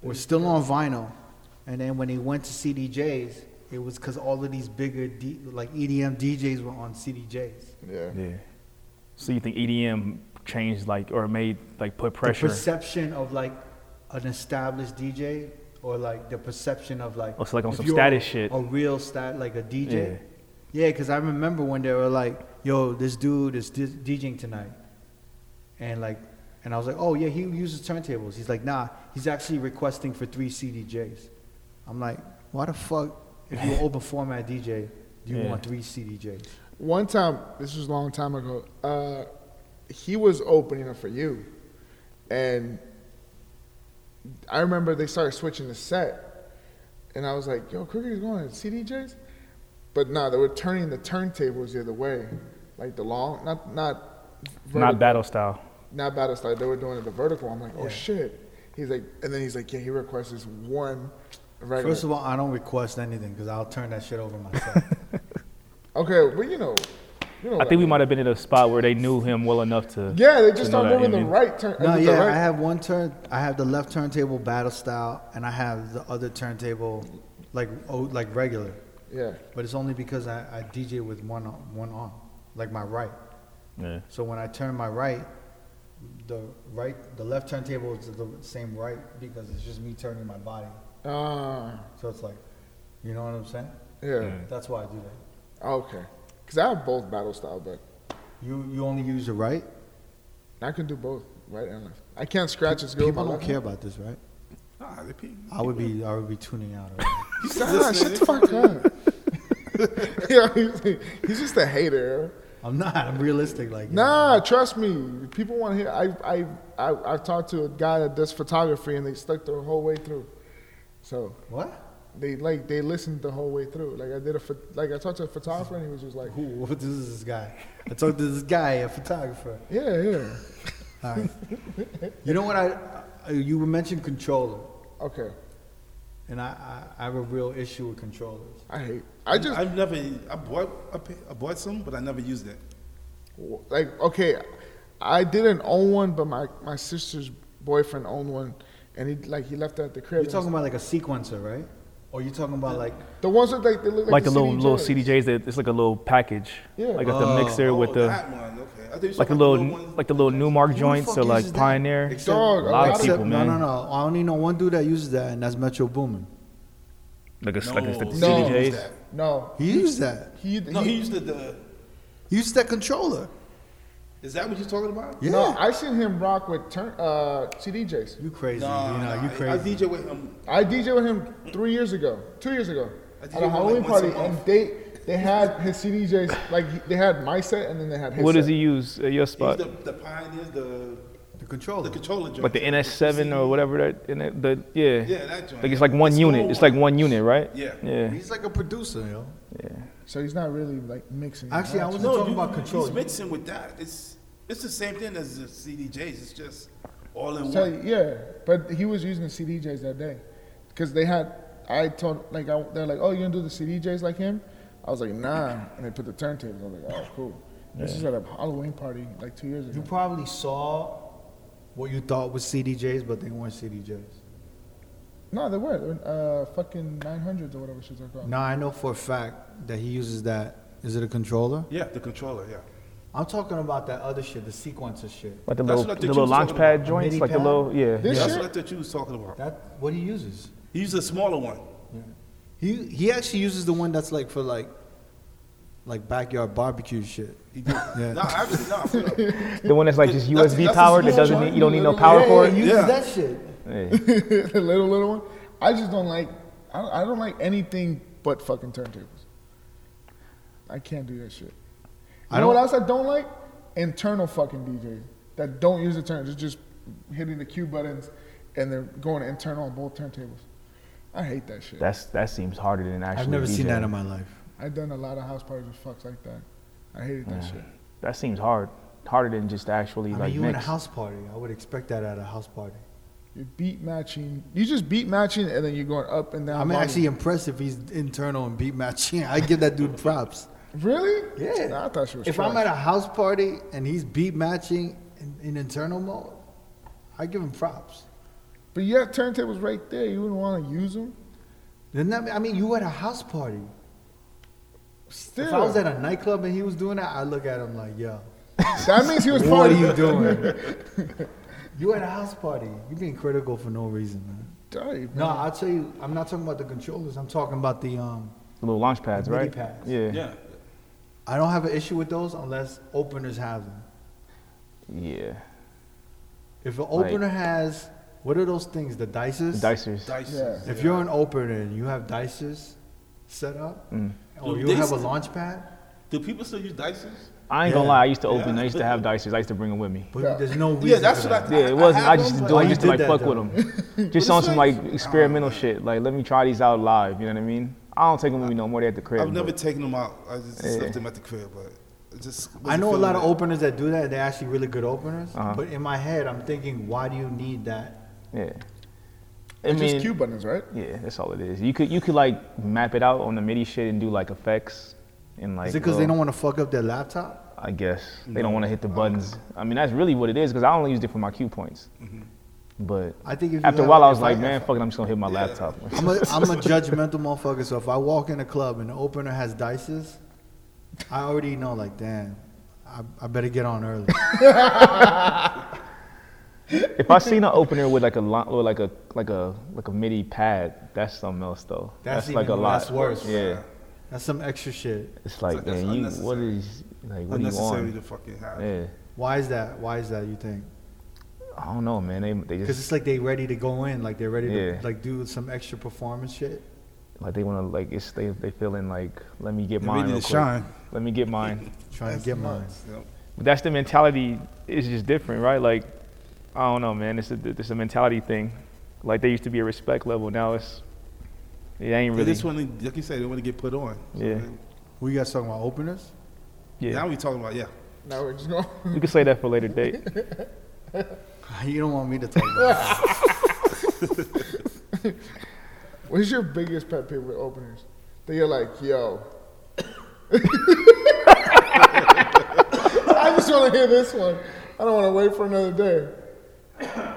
were still on vinyl, and then when they went to CDJs, it was because all of these bigger D, like EDM DJs were on CDJs. Yeah. Yeah. So you think EDM changed like or made like put pressure? The perception of like an established DJ, or like the perception of like Oh, so like on if some you're status shit. a real stat like a Yeah. DJ. Yeah, because I remember when they were like, "Yo, this dude is di- DJing tonight," and like, and I was like, "Oh yeah, he uses turntables." He's like, "Nah, he's actually requesting for three CDJs." I'm like, "Why the fuck? If you're open format DJ, do you Yeah. want three CDJs?" One time, this was a long time ago. Uh, he was opening up for you, and I remember they started switching the set, and I was like, "Yo, Crooker's going to CDJs," but no, they were turning the turntables the other way, like the long, not not not vertical- battle style. not battle style. They were doing it the vertical. I'm like, "Oh Yeah. shit!" He's like, and then he's like, "Yeah, he requests this one regular." First of all, I don't request anything because I'll turn that shit over myself. okay, well, you know, you know. I think we might have been at a spot where they knew him well enough to. Yeah, they to just know start that, moving you the know? right turn. No, the yeah, right- I have one turn. I have the left turntable battle style, and I have the other turntable, like oh, like regular. yeah. But it's only because I, I DJ with one on, one arm, like my right. Yeah. So when I turn my right, the right, the left turntable is the same right because it's just me turning my body. Ah, So it's like, you know what I'm saying? yeah. Oh, That's why I do that. Okay. Because I have both battle style, but You you only use the right. I can do both, right and left. I can't scratch as good. with People my don't left care about this, right? Nah, they pee. I would be I would be tuning out. already. hand. Nah, "Ah, shut the fuck up. yeah, he's, he's just a hater. I'm not. I'm realistic. Like Nah, trust me. People want to hear. I, I, I, I've talked to a guy that does photography, and they stuck the whole way through. So What? they like they listened the whole way through. Like I did a pho- like I talked to a photographer, and he was just like, Who? What this is this guy? I talked to this guy, a photographer. yeah, yeah, All right. You know what I? I- You mentioned controller, okay. and I, I I have a real issue with controllers. I hate. I just I've never. I bought. I, pay, I bought some, but I never used it. like okay i didn't own one but my, my sister's boyfriend owned one and he like he left it at the crib You're talking about like a sequencer, right? Or you're talking about like the ones that like they look like, Like the little CDJs. little CDJs that it's like a little package. Yeah. Like got the Oh. mixer with oh, the that one. Okay. I thought you was like the talking about little ones- like the little Newmark joints fuck or like uses that? Pioneer. Except- Dog, a lot of except- people, man. No, no, no. I only know one dude that uses that, and that's Metro Boomin. Like a, like a, the No. CDJs. No. no He used that. he, No, he- he used the, the. He used that controller. Is that what you're talking about? Yeah. no i seen him rock with turn uh cdjs you crazy. Nah, you know, nah, you I, I crazy. DJ with him. i dj with him three years ago two years ago I at DJ a with him, halloween like, once party a and month. they they had his cdjs like he- they had my set and then they had his What does set. he use at your He used spot? the, the pioneers, the The the controller. controller joint. Like the NS7 or whatever that in it, the yeah. Yeah, that joint. Like it's like one The unit. small It's like one unit, right? Yeah. Yeah. He's like a producer, yo. so he's not really like mixing Actually, I was was No, talking you, about control. He's mixing with that. It's it's the same thing as the CDJs. It's just all in So, one. yeah, but he was using the CDJs that day because they had. I told like I, they're like, oh, you gonna do the CDJs like him? I was like, nah, and they put the turntables. I was like, oh, cool. This is at a Halloween party like two years You ago. probably saw what you thought was CDJs, but they weren't CDJs. No, they were, they were uh, fucking 900s or whatever shit they're called. Now I know for a fact that he uses that. Is it a controller? Yeah, the controller. Yeah. I'm talking about that other shit, the sequencer shit. Like the That's little what I the think little you was launch talking pad about. joints. Mini Like the pad? little yeah. This yeah. That's shit- what I thought you was talking about. That what he uses. He used a smaller one. He he actually uses the one that's like for like like backyard barbecue shit. He did. Yeah. No, actually, no. hold up. The one that's like just That's- USB that's a powered that small doesn't need, joint, you don't need no literally. power Yeah, cord. he uses yeah. that shit. Yeah. the little little one. I just don't like. I don't, I don't like anything but fucking turntables. I can't do that shit. You I know don't- what else I don't like? Internal fucking DJs that don't use the turn. Just just hitting the cue buttons and they're going internal on both turntables. I hate that shit. That's that seems harder than actually. I've never seen DJing. that in my life. I've done a lot of house parties with fucks like that. I hated that shit. That seems hard. Harder than just actually I mean, like you in a mix. house party. I would expect that at a house party. You're beat matching. You just beat matching and then you're going up and down. I'm volume. actually impressed if he's internal and beat matching. I give that dude props. really. Yeah. Nah, I thought she was. If I'm at a house party and he's beat matching in, in internal mode, I give him props. but you have turntables right there. You wouldn't want to use them. Then that, I mean, you at a house party. Still, If I was at a nightclub and he was doing that, I look at him like, yo, That means he was what are partying. you doing? you at a house party. You being critical for no reason, man. Dirty, man. No, I'll tell you. I'm not talking about the controllers. I'm talking about the um. The little launch pads, Mini right? pads. Yeah. Yeah. I don't have an issue with those unless openers have them. Yeah. If an Right. opener has, what are those things? The The dices. dicers. Dice. Yeah. If you're an opener and you have dices set up, Mm. or Dude, you have a dices- launch pad, Do people still use dices? I ain't gonna Yeah. lie. I used to open. Yeah. I used to have dicers. I used to bring them with me. but Yeah. there's no reason. Yeah, that's for what I. that. Yeah, it wasn't. I just Oh, do. I you used to did like that, fuck though. with them. it's Just on some like- like experimental shit. Like let me try these out live. You know what I mean? I don't take them with me no more. They at the crib. I've never but- taken them out. I just Yeah. left them at the crib, but it just. I wasn't know a feeling lot of it. openers that do that. They're actually really good openers. Uh-huh. But in my head, I'm thinking, why do you need that? yeah. I They're mean, just cue buttons, right? yeah, that's all it is. You could you could like map it out on the MIDI shit and do like effects and like. Is it because they little- don't want to fuck up their laptop? I guess they don't want to hit the buttons. I mean, that's really what it is because I only used it for my cue points. But Mm-hmm. I think if you after a have- while, I was if like, I- man, fuck it, I'm just gonna hit my laptop. I'm a, I'm a judgmental motherfucker. So if I walk in a club and the opener has dices, I already know, like, damn, I, I better get on early. If I seen an opener with like a lot, or like a like a like a MIDI pad, that's something else though. That's like even- a lot. that's worse. Yeah, That's some extra shit. it's like It's like, that's man, you what unnecessary. is like what do you Unnecessary to want? fucking have. Yeah, Why is that? Why is that? You think? I don't know, man. They they Because just it's like they ready to go in, like they're ready to Yeah. like do some extra performance shit. like they want to like it's they they feeling like let me get They're mine ready real to quick. shine. Let me get mine. Trying That's to get mine. nuts. Yep. But that's the mentality. It's just different, right? Like I don't know, man. It's a it's a mentality thing. Like there used to be a respect level. Now it's it ain't They really. just want to, like you said, they want to get put on. Yeah. man, We guys talking about openers? Now Yeah, we talking about yeah. Now we're just going. you can say that for later date. You don't want me to talk about. it. What's your biggest pet peeve with openers? That you're like, yo. I just want to hear this one. I don't want to wait for another day.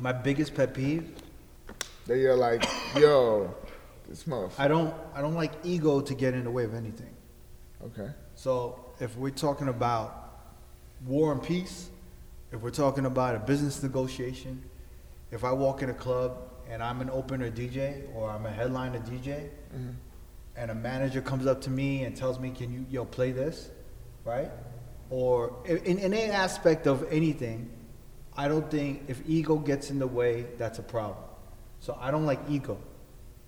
My biggest pet peeve That you're like, yo, this motherfucker. I don't I don't like ego to get in the way of anything. Okay. So if we're talking about war and peace, if we're talking about a business negotiation, if I walk in a club and I'm an opener DJ or I'm a headliner DJ, and a manager comes up to me and tells me, "Can you yo play this?" Right? Or in, in any aspect of anything, I don't think if ego gets in the way, that's a problem. So I don't like ego.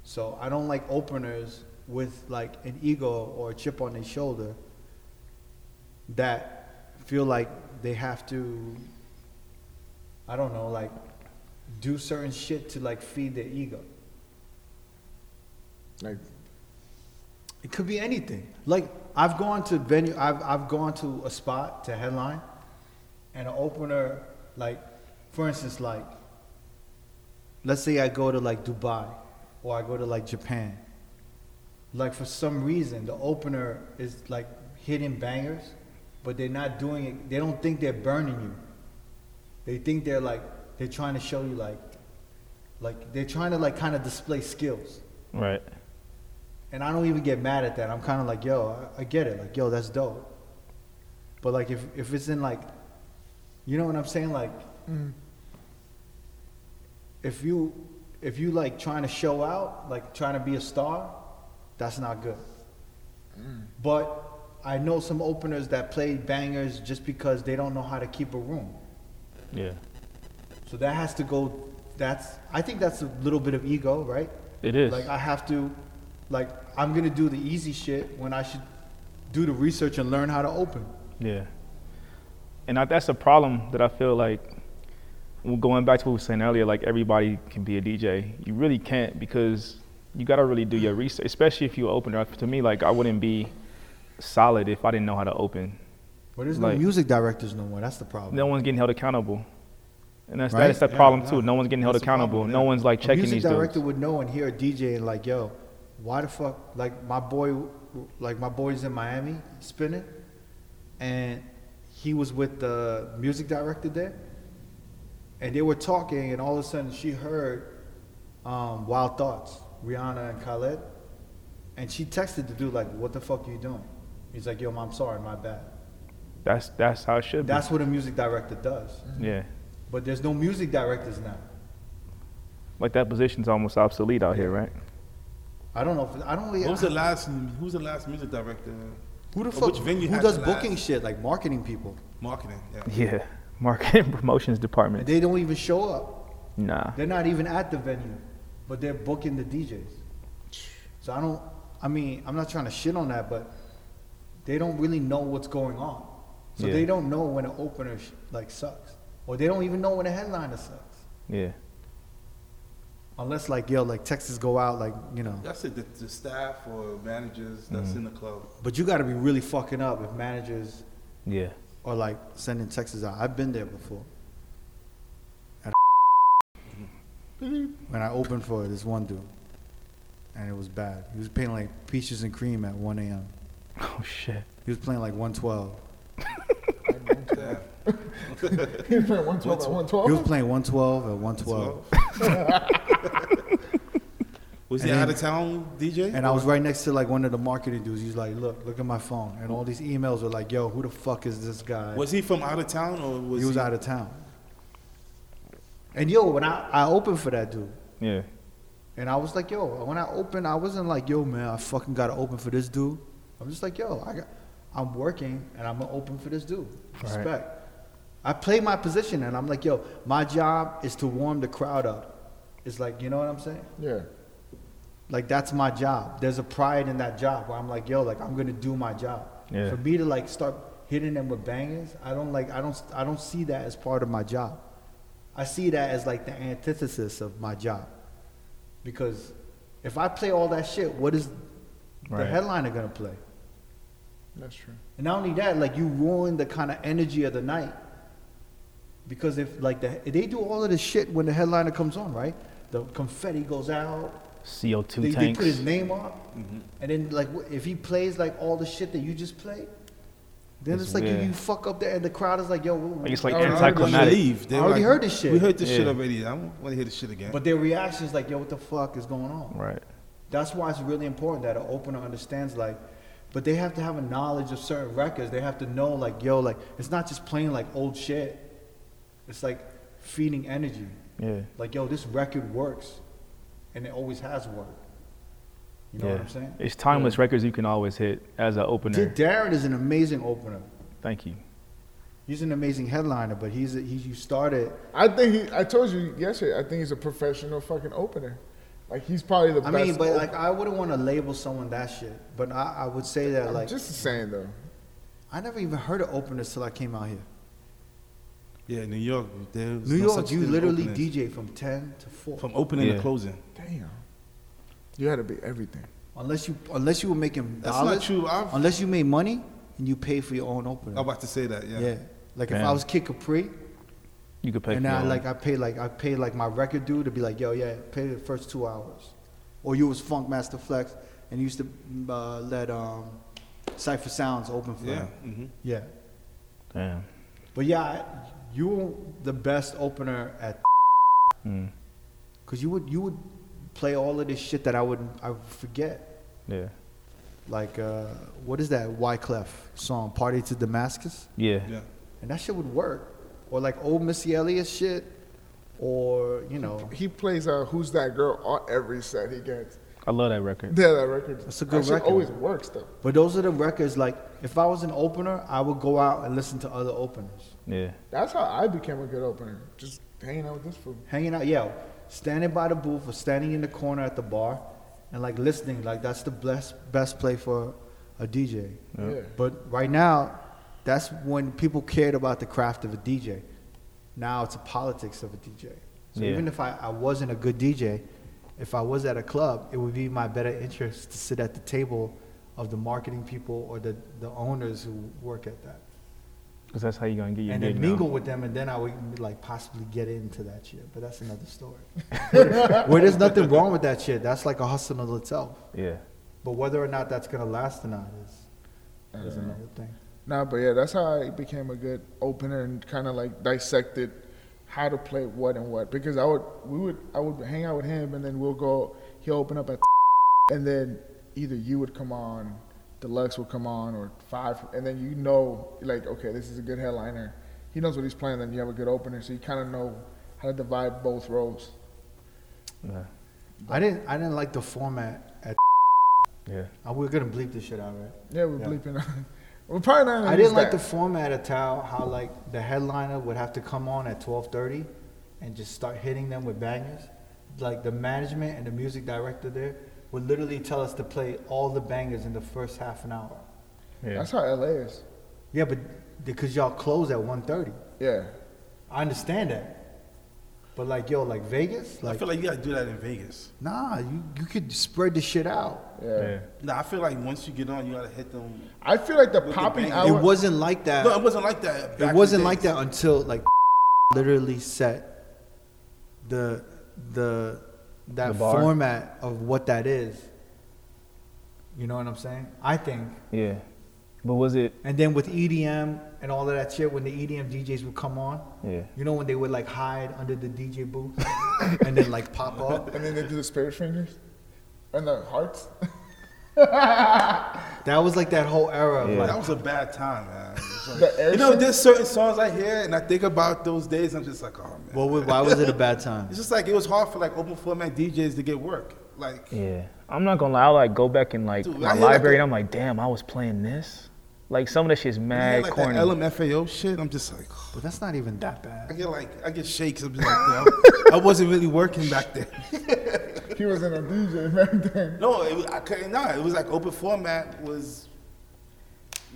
So I don't like openers with like an ego or a chip on their shoulder that feel like they have to I don't know, like do certain shit to like feed their ego. Like, It could be anything. Like I've gone to venue, I've I've gone to a spot to headline, and an opener, like, for instance, like, let's say I go to like Dubai, or I go to like Japan. Like for some reason, the opener is like hitting bangers, but they're not doing it. They don't think they're burning you. They think they're like they're trying to show you like, like they're trying to like kind of display skills. Right. And I don't even get mad at that. I'm kind of like, yo, I, I get it. Like, yo, that's dope. But like, if if it's in like, you know what I'm saying? Like, if you if you like trying to show out, like trying to be a star, that's not good. But I know some openers that play bangers just because they don't know how to keep a room. Yeah. So that has to go. That's I think that's a little bit of ego, right? It is. Like I have to, like I'm gonna do the easy shit when I should do the research and learn how to open. Yeah. And I, that's a problem that I feel like, well, going back to what we were saying earlier, like everybody can be a DJ. You really can't because you got to really do your research, especially if you open up. To me, like I wouldn't be solid if I didn't know how to open. But there's Like- no music directors no more. That's the problem. No one's getting held accountable. And that's, Right? that's the Yeah, problem yeah. too. No one's getting held That's the problem, accountable. yeah. No one's like A checking music these director dudes. would know and hear a DJ and like, yo, why the fuck? Like my boy, like my boy's in Miami spinning, and he was with the music director there, and they were talking, and all of a sudden she heard um, "Wild Thoughts" Rihanna and Khaled, and she texted the dude like, "What the fuck are you doing?" He's like, "Yo, I'm sorry, my bad." That's that's how it should be. That's what a music director does, yeah. but there's no music directors now. Like that position's almost obsolete out here, right? I don't know. If, I don't. Really, What was the last? Who was the last music director? Who the Or fuck? which venue who had does the booking last- shit like marketing people? Marketing. Yeah. Yeah. Marketing promotions And department. they don't even show up. Nah. They're not even at the venue, but they're booking the DJs. So I don't. I mean, I'm not trying to shit on that, but they don't really know what's going on. So Yeah. they don't know when an opener sh- like sucks, or they don't even know when a headliner sucks. Yeah. Unless like yo, like Texas go out, like you know. That's it. The, the staff or managers that's Mm-hmm. in the club. But you got to be really fucking up if managers Yeah. are like sending Texas out. I've been there before. At when I opened for this one dude, and it was bad. He was playing like peaches and cream at 1 a.m. Oh shit. He was playing like 112. Yeah. he played 112 by He was 112. playing 112 at 112, Well. was he And out then- of town DJ? and I was right next to like one of the marketing dudes. He's like, "Look, look at my phone," and all these emails were like, "Yo, who the fuck is this guy?" was he from out of town or was he was out of town. And yo, when I, I opened for that dude, Yeah. and I was like, yo, when I opened, I wasn't like, yo, man, I fucking gotta open for this dude. I'm just like, yo, I got, I'm working and I'm gonna open for this dude. Respect. I play my position and I'm like, yo, my job is to warm the crowd up. It's like, you know what I'm saying? Yeah. Like that's my job. There's a pride in that job where I'm like, yo, like I'm gonna do my job. Yeah. For me to like start hitting them with bangers, I don't like, I don't, I don't see that as part of my job. I see that as like the antithesis of my job, because if I play all that shit, what is the Right. headliner gonna play? That's true. And not only that, like you ruin the kind of energy of the night. Because if like the, they do all of this shit when the headliner comes on, right? The confetti goes out. CO2 They, they tanks. put his name up, and then like wh- if he plays like all the shit that you just played, then it's, It's like you, weird. you fuck up there, and the crowd is like, "Yo, wh- Like, it's like I already I anticlimactic. leave. They I were already like, heard this shit. We heard this shit Yeah. already. I don't want to hear this shit again. But their reaction is like, "Yo, what the fuck is going on?" Right. That's why it's really important that an opener understands like, but they have to have a knowledge of certain records. They have to know like, yo, like it's not just playing like old shit. It's like feeding energy. Yeah. Like, yo, this record works, and it always has worked. You know yeah. what I'm saying? It's timeless records you can always hit as an opener. Dude, Darren is an amazing opener. Thank you. He's an amazing headliner, but he's a, he you started. I think he. I told you yesterday. I think he's a professional fucking opener. Like he's probably the I best. mean, but op- like I wouldn't want to label someone that shit. But I, I would say that I'm like just saying though. I never even heard of openers till I came out here. yeah, New York. There was New no York, such you thing as literally openers. DJ from ten to four. from opening Yeah. to closing. Damn. You had to be everything. Unless you unless you were making That's dollars, not true. I've- unless you made money and you pay for your own opener. I'm about to say that. Yeah. Oh, yeah. Like if I Damn. was Kid Capri You could pay and for I your like own. I paid like I paid like my record dude to be like, yo, yeah, pay the first two hours. Or you was Funk Master Flex and you used to uh, let um, Cypher Sounds open for Yeah. him. hmm Yeah. Damn. But yeah, I- you were the best opener at Mm. because you would you would play all of this shit that I would I would forget. Yeah. like uh, what is that Wyclef song "Party to Damascus," Yeah. mm-hmm. Yeah. and that shit would work, or like old Missy Elliott shit, or you know, He plays uh, "Who's That Girl" on every set he gets. I love that record. Yeah, that record. That's a good that shit record. Always works though. but those are the records. Like if I was an opener, I would go out and listen to other openers, Yeah. That's how I became a good opener. Just hanging out with this fool. hanging out, yeah, standing by the booth or standing in the corner at the bar, and like listening. Like that's the best best play for a DJ. Yeah. But right now, that's when people cared about the craft of a DJ. Now it's a politics of a DJ. So Yeah. even if I, I wasn't a good DJ, if I was at a club, it would be my better interest to sit at the table of the marketing people or the, the owners who work at that. Because that's how you're going to get your and gig then now. mingle with them, and then I would like possibly get into that shit. But that's another story. Where there's nothing wrong with that shit. That's like a hustle in itself. Yeah. But whether or not that's gonna last or not is, is another thing. Nah, but yeah, that's how I became a good opener and kind of like dissected how to play what and what because I would we would I would hang out with him and then we'll go he'll open up at and then either you would come on, Deluxe would come on or five and then you know like okay this is a good headliner he knows what he's playing then you have a good opener so you kind of know how to divide both roles. Yeah. I didn't. I didn't like the format. At Yeah. oh, we're gonna bleep this shit out, right? Yeah, we're Yeah. bleeping. we're probably not. gonna I use didn't like the that. format at Tao. How like the headliner would have to come on at twelve thirty, and just start hitting them with bangers. Like the management and the music director there would literally tell us to play all the bangers in the first half an hour. Yeah. That's how LA is. Yeah, but because y'all close at 1.30. Yeah. I understand that. But like yo, like Vegas, I like feel like you gotta do that in Vegas. nah, you, you could spread the shit out. Yeah. Yeah. Nah, I feel like once you get on, you gotta hit them. I feel like the With the popping bang- out. it wasn't like that. No, it wasn't like that. back it in wasn't the like days. that until like literally set the the that The bar? format of what that is. You know what I'm saying? I think. Yeah. But was it? And then with EDM and all of that shit, when the E EDM DJs would come on, Yeah. you know when they would like hide under the DJ booth and then like pop up. And then they do the spirit fingers and the hearts. That was like that whole era. Of Yeah. That like, was a bad time, man. It's like- The air you know, there's certain songs I hear and I think about those days. I'm just like, oh man. what, wa- why was it a bad time? it's just like it was hard for like open format DJs to get work. Like, Yeah, I'm not gonna lie. I like go back and like Dude, I my hear, like, library, and the- I'm like, damn, I was playing this. Like some of that shit's I mad like that corny. LMFAO shit. I'm just like, But that's not even that I bad. get like, I get shakes. I'm just like, yo, I wasn't really working back then. He was in a DJ back then. No, it, was- I couldn't. Nah, it was like open format was.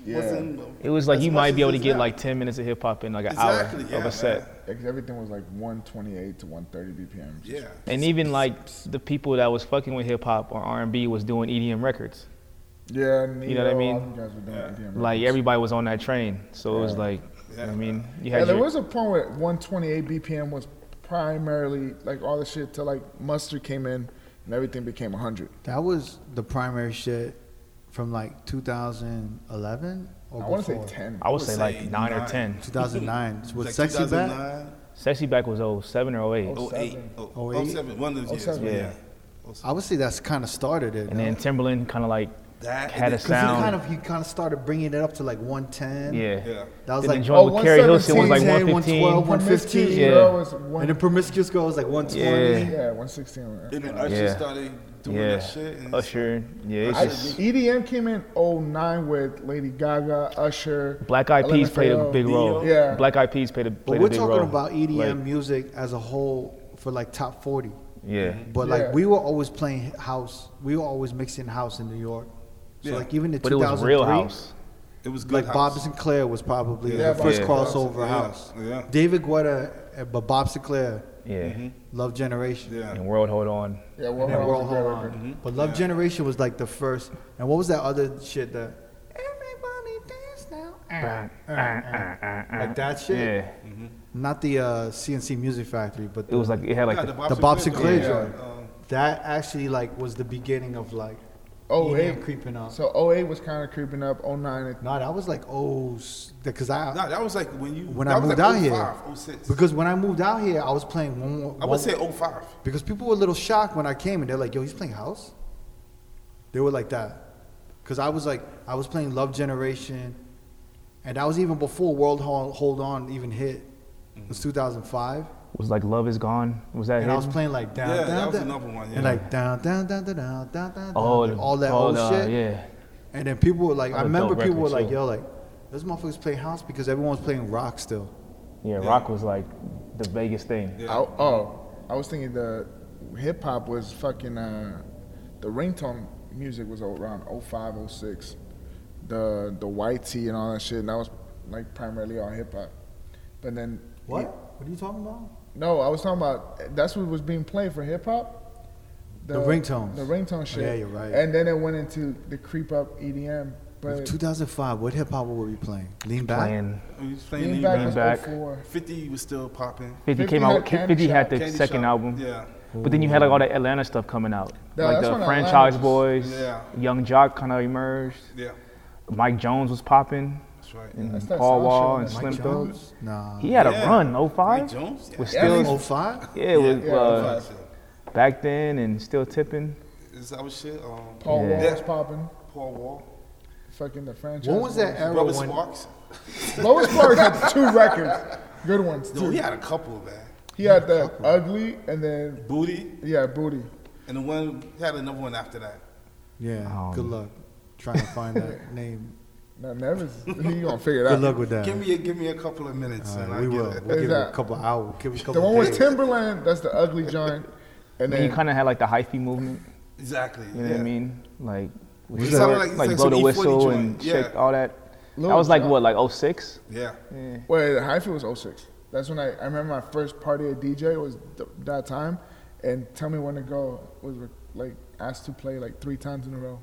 Yeah. Wasn't, it was like as you much might be as able to it's get now. like 10 minutes of hip hop in like an Exactly, hour yeah, of a man. set. Like, everything was like 128 to 130 BPM. Yeah. And even like the people that was fucking with hip hop or R&B was doing EDM records. Yeah, Neo, You know what I mean? all you guys were doing EDM Like records. everybody was on that train, so it was like, Yeah. I mean, you Yeah, had there your, was a point where 128 BPM was primarily like all the shit till like mustard came in and everything became 100. That was the primary shit from like 2011 or I want to say before. 10. I would say say like nine, or nine. ten. 2009 was Like sexy back. 2009, Sexy back was oh seven or eight, 08, oh- Oh eight? 07, one of those years. 07, yeah. yeah. I would say that's kind of started it. and then Timberland kind of like That had a and then- 'cause he he sound. kind of he kind of started bringing it up to like 110. yeah. Yeah. that Then was the like joint with Carrie Hilson was like 110, 115. Oh, 112, 115. Promiscuous Yeah. Girl was one, And the promiscuous girl was like 120. yeah, 116. And then Usher Yeah. started doing Yeah, that shit. And Usher. Yeah, it's I, just- EDM came in 09 with Lady Gaga, Usher. Black Eyed Peas played a LMFAO. big role. Yeah. Black Eyed Peas played a But played we're a big talking role. about E EDM Like, music as a whole for like top 40. yeah. But Yeah. like we were always playing house. We were always mixing house in New York. So Yeah. like even the But it 2003, was real house. It was good. like Bob house. Sinclair was probably Yeah, the Bob first Sinclair. crossover Yeah, house. yeah. David Guetta, uh, but Bob Sinclair, Yeah. Love Generation. Yeah. Mm-hmm. And World Hold On. Yeah, well, And yeah, we're all hold on. But Love Generation was like the first. And what was that other shit that? Everybody dance now. Uh, uh, uh, uh. like that shit. Ah, Yeah. Not the uh, CNC Music Factory, but It was like it had like Yeah, the, the Bob Sinclair joint. joint. That actually like was the beginning of like Oh, EDM eight. creeping up. So 08 was kind of creeping up. 09, it- no, that was like oh, because I Nah, that was like when you when that I was moved like out 05, here. 06. Because when I moved out here, I was playing one more. I would one- say 05. because people were a little shocked when I came and they're like, "Yo, he's playing house." They were like that, because I was like, I was playing Love Generation, and that was even before World Hol- Hold On even hit. It was 2005, was like Love Is Gone. Was that and I was hidden? playing like down, Yeah, down, that was down, another one, yeah. and like down, down, down, down, down, down, down, Oh, like, the- all that oh, old the- shit. Yeah. And then people were like, That I was a remember dope people were record, like, too. "Yo, like those motherfuckers play house because everyone's playing rock still." yeah. Rock was like the biggest thing. I, oh, I was thinking the hip hop was fucking uh, the ringtone music was around 05, 06. The the white tee and all that shit, and that was like primarily all hip hop. But then What? What are you talking about? No, I was talking about that's what was being played for hip hop. The ringtones. The ringtone shit. yeah, you're right. And then it went into the creep up EDM. But 2005. What hip hop were we playing? Lean back. Playing. He was playing Lean Lean Back oh Lean was Back. 04. 50 was still popping. 50, 50 came out. had Candy 50 had Shop, the Candy second Shop, album. yeah. But then you had like all the Atlanta stuff coming out. Yeah, like that's the when Atlanta Franchise was- Boys. Yeah. Young Jock kind of emerged. Yeah, Mike Jones was popping. that's right. And That's that Paul sound Wall and shit, Slim Mike Thug. Jones? Nah. He had Yeah. a run. 05. Mike Jones? Yeah. Was Yeah, still. 05? Yeah, it was yeah, uh, 05. back then and still tipping. Is that what shit? Um, Paul Yeah. Wall was popping. Paul Wall. Fucking the franchise. What was that era Robert when? Sparks. Lois Park had two records. Good ones Dude, too. he had a couple, man. He had the ugly and then Booty, yeah, booty. and the one, he had another one after that. Yeah. Um, good luck trying to find that name. No, never. You gonna figure it Good out. luck with that. Give me a, give me a couple of minutes, All and right, I we get will. it. We'll give it a Exact- couple hours. Give it a The couple one with days. Timberland, that's the ugly giant. And And then he kind of had like the hyphy movement. Exactly. You know yeah. what I mean? Like, He which sounded like, like- like like blow some the E40 whistle joint, and yeah. shake all that. That Lil was like Jon. what, like 06? Yeah. Yeah. Wait, the Highfield was 06. That's when I, I remember my first party at DJ was th- that time, and Tell Me When to Go was re- like asked to play like three times in a row.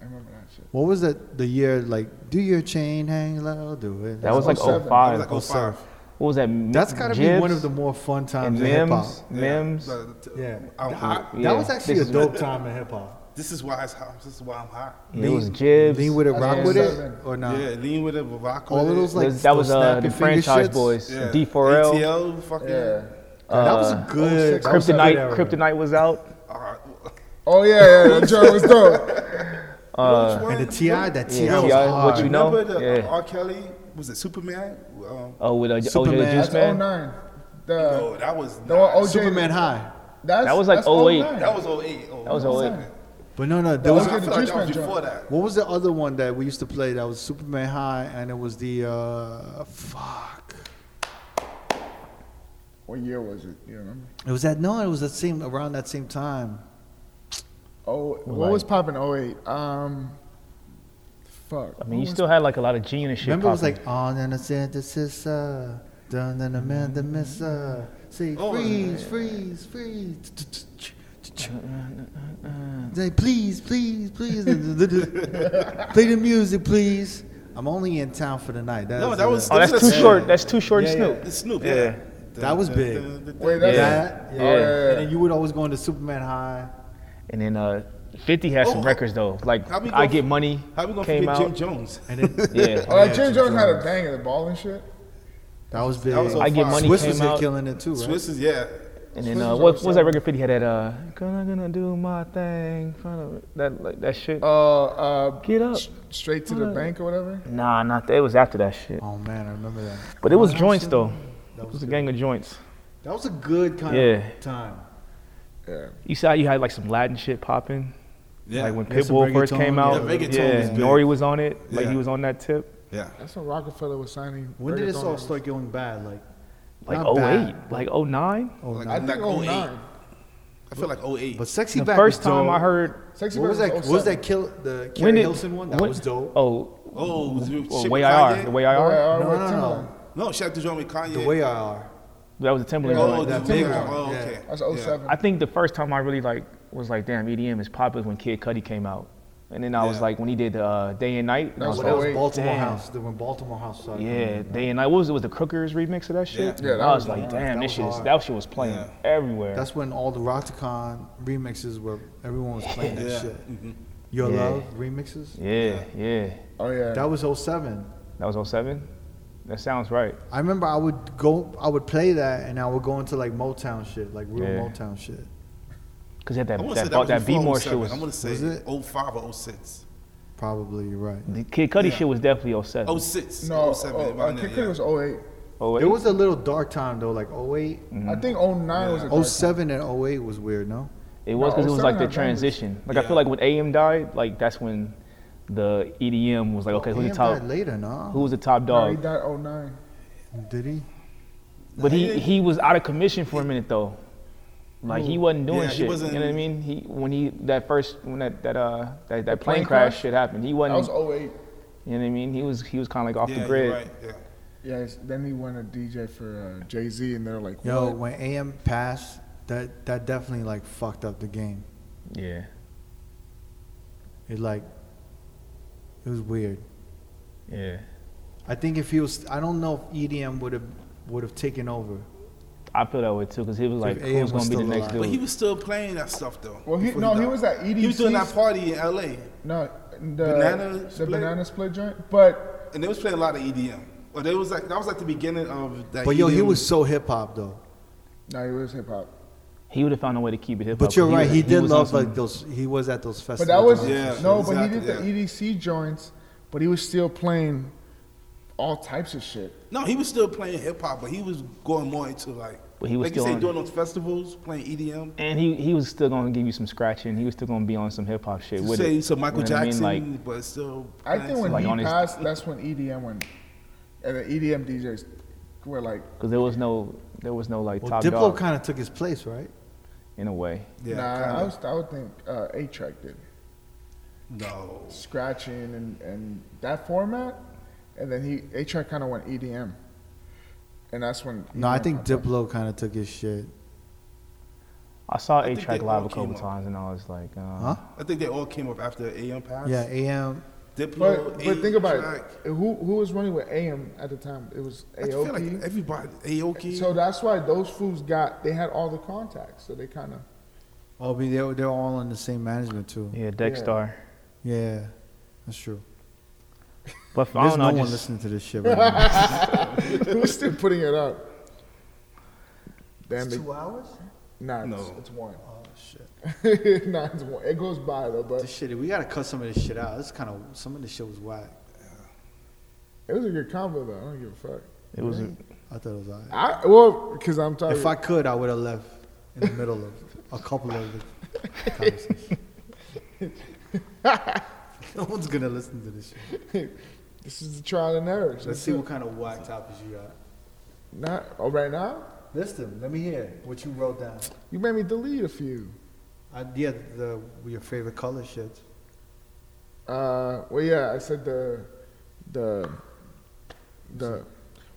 I remember that shit. What was that? The year like do your chain hang low, do it. That was like 07. 05. It was like 05. what was that? That's gotta be Jibs one of the more fun and times in hip hop. Mims. Mims. Yeah. But, uh, Yeah. I'm hot. That Yeah. was actually This a is- dope time in hip hop. This is why it's hot. This is why I'm hot. Yeah, it was Lean- Jibs. Lean with it, That's rock with it, 07. or not? Yeah, lean with it, rock with All it. of those like There's- that was those uh, the snapping finger franchise shits. boys. Yeah. D4L. ATL, fucking. Yeah. that was a Uh, good. 06. that was a good Kryptonite. era. uh, Kryptonite was out. All right. Oh yeah, yeah, that joint was dope. Which Uh, one? And the T.I., that Yeah, T.I. was T.I., hard. what you know? Remember the Yeah. uh, R. Kelly? Was it Superman? Um, oh, with uh, OJ the Superman. Juice That's Man. 09. The, Uh, no, that was the oh, one not- OJ Superman High. That's, That was like that's 08. 09. That was 08. Oh, That was no, 08. But no, no, there That was was, Okay, I the feel like Juice that was Man before joint. that. what was the other one that we used to play? That was Superman High, and it was the uh, fuck. What year was it? You remember? It was that no, it was the same around that same time. Oh, what like- was popping 08? Um, fuck. I mean, you still had like a lot of G and shit. Remember, it was popping. like on and a Santa sister, down and a man the misser. Say Oh, freeze, freeze, freeze. Say please, please, please. Play the music, please. I'm only in town for the night. No, was that it. was- oh, that's too Yeah. short. That's too short, Yeah, Snoop. The Snoop, Yeah. yeah. That was big. Wait, Yeah. that's that. Oh, Yeah. yeah. And then you would always go into Superman High. And then uh, 50 had some Oh. records though. Like How we I gonna- Get Money How we gonna came forget out. Jim Jones? And then Yeah. Oh, like Jim Jones had a bang in the ball and shit. that was big. That was I Get Fox. Money Swiss came was out. killing it too, right? Swiss is yeah. And then uh, what, what was that record 50 had that uh, gonna gonna do my thing, gonna- that like, that shit. Uh, uh, Get up. s- straight to the bank or whatever. Nah, not that. It was after that shit. Oh man, I remember that. But it was Well, joints that was- though. that It was was a gang of joints. That was a good kind Yeah. of time. Yeah. You saw you had like some Latin shit popping. Yeah. Like when Yeah, some Pitbull first reggaeton, came out. yeah, reggaeton yeah. was big. Nori was on it. Like he Yeah. was on that tip. yeah. That's when Rockefeller was signing. When did this reggaeton all artists. start going bad? Like, Like Not 08, bad. like 09. oh, Like, no. I Like think 09. I feel like 08. but sexy The back first was dope. time I heard Sexy oh What Red was that? What 07. was that kill the When Carrie did- Hilson one? That when- was dope. Oh, oh, was it oh shit way with I are Kanye? the way I Oh, are. yeah, No, with no, Timberland. no. No, shout out to John with Kanye. Oh, The way I are. That was a Timberland. Oh, one. the that way big I are. one, Oh, yeah. okay. That's Yeah. 07. I think the first time I really like was like, damn, EDM is popular when Kid Cudi came out, and then I was Yeah. like, when he did uh, Day and Night. and I That was was Well, that was wait, Baltimore damn. House. They when Baltimore House like, started. yeah, Day and Night. What was it? Was the Crookers remix of that shit? Yeah, that I was, was like, hard. damn, this That was shit, is- hard. that shit was playing Yeah. everywhere. That's when all the Rotacon remixes were. Everyone was playing that Yeah. shit. Your Yeah. love remixes. yeah, yeah, Oh yeah. That was 07. That was 07? That sounds right. I remember I would go, I would play that, and I would go into like Motown shit, like real Yeah. Motown shit. Because that I that want to say that, that that, was that B before more shit 07. was. I want to say Was it? 05 or 06. Probably you're right. the Kid Cudi Yeah. shit was definitely 07. 06. no, 07. oh, around I there, think yeah. it was 08. Oh, It was a little dark time though, like 08, I think 09 was a dark time. 07 and 08 was weird, no? It was No, because it was 07 like the had bangers. transition. Like I Oh, Yeah. feel like when AM died, like that's when the EDM was like, okay, who's He the top? died later, no? Who was the top No, he dog? died 09. Did he? But he, Yeah. he was out of commission for a minute though. Like he wasn't doing Yeah, he shit. wasn't- you know what I mean? He when he that first when that that uh that, that plane, plane crash, crash? shit happened, he That wasn't. was 08. you know what I mean? He was he was kind of like off yeah, the you're grid. Right. Yeah. Yes. Then he went a DJ for uh, Jay Z, and they're like, Yo, what? when AM passed, that that definitely like fucked up the game. Yeah, It like, it was weird. yeah. I think if he was, I don't know if EDM would have would have taken over. I feel that way too because he was like, If AM who's gonna was be the still next alive. dude? But he was still playing that stuff though. Well, he, before no, he died. was at E EDC. He was doing that party in LA, No, the Banana the split? banana split joint. But and they was playing a lot of E EDM. But it was like that was like the beginning of that. E But yo, he EDM was so hip hop though. no, he was hip hop. he would have found a way to keep it hip hop. But you're right, he, did was on love some- like those. He was at those But festivals. that was Yeah, no. But he exactly, did the yeah. EDC joints. But he was still playing all types of shit. No, he was still playing hip hop, but he was going more into like. But he was like still you say, on- doing those festivals, playing E EDM. And he, he was still gonna give you some scratching. He was still gonna be on some hip hop shit You with say it. some Michael You know what I mean? Jackson, Like, but still. I playing think when some- Like he on his- passed, that's when EDM went, and the E EDM DJs were like, Cause there was no there was no like Well, top Diplo dog kind of took his place, right? in a way. yeah, nah. I, kinda. was, I would think uh, A Track did no. scratching and, and that format, and then he A Track kind of went EDM, and that's when. No, EDM I think popped up. Diplo kind of took his shit. I saw I A think Track they live all a couple came up. times, and I was like, uh, Huh? I think they all came up after AM passed. Yeah, AM. Diplo. But, but think about A-Track. it. Who who was running with AM at the time? It was I feel like AOP. everybody Aoki. so that's why those fools got they had all the contacts. So they kind of Oh, but they're they're all in the same management too. yeah, Dexstar. Yeah, that's true. But I There's don't know. no I one just- listening to this shit right now. who's still putting it up? Damn, they, hours? nah, it's, No. it's one. Oh, shit. nah, it's one. It goes by though, but This shit, we gotta cut some of this shit out. This kind of some of this shit was whack. it was a good combo though. I don't give a fuck. It was. a- I thought it was alright. I well, cause I'm talking. If I could, I would have left in the middle of a couple of the conversations. no one's gonna listen to this shit. this is the trial and error. Let's see what kind of whack topics you got. Not oh, right now. Listen, let me hear what you wrote down. You made me delete a few. I, yeah, the your favorite color shit. Uh, well, yeah, I said the, the, the.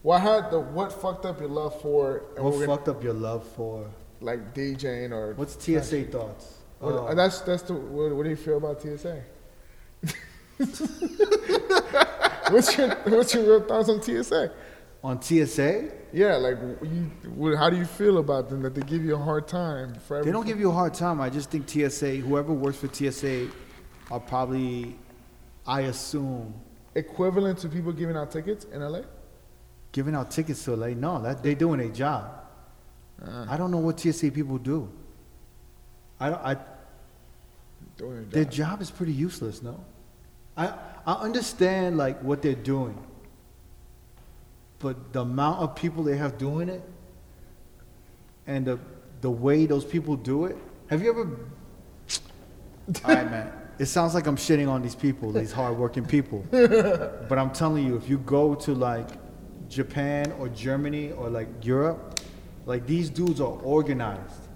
Well, I had the what fucked up your love for, and What we're gonna, fucked up your love for? like DJing or. What's TSA thoughts? what- uh, Oh, that's that's the. What, what do you feel about TSA? what's your what's your real thoughts on TSA? on TSA, Yeah, like you, what, how do you feel about them that they give you a hard time for they don't everything? give you a hard time. I just think TSA, whoever works for TSA, are probably, I assume, equivalent to people giving out tickets in LA. giving out tickets to LA. No, that they doing a job. Uh, I don't know what TSA people do. I don't. I, doing a Their job. job is pretty useless, no? I I understand like what they're doing. But the amount of people they have doing it and the the way those people do it. Have you ever All right, man. It sounds like I'm shitting on these people, these hardworking people. but I'm telling you, if you go to like Japan or Germany or like Europe, like these dudes are organized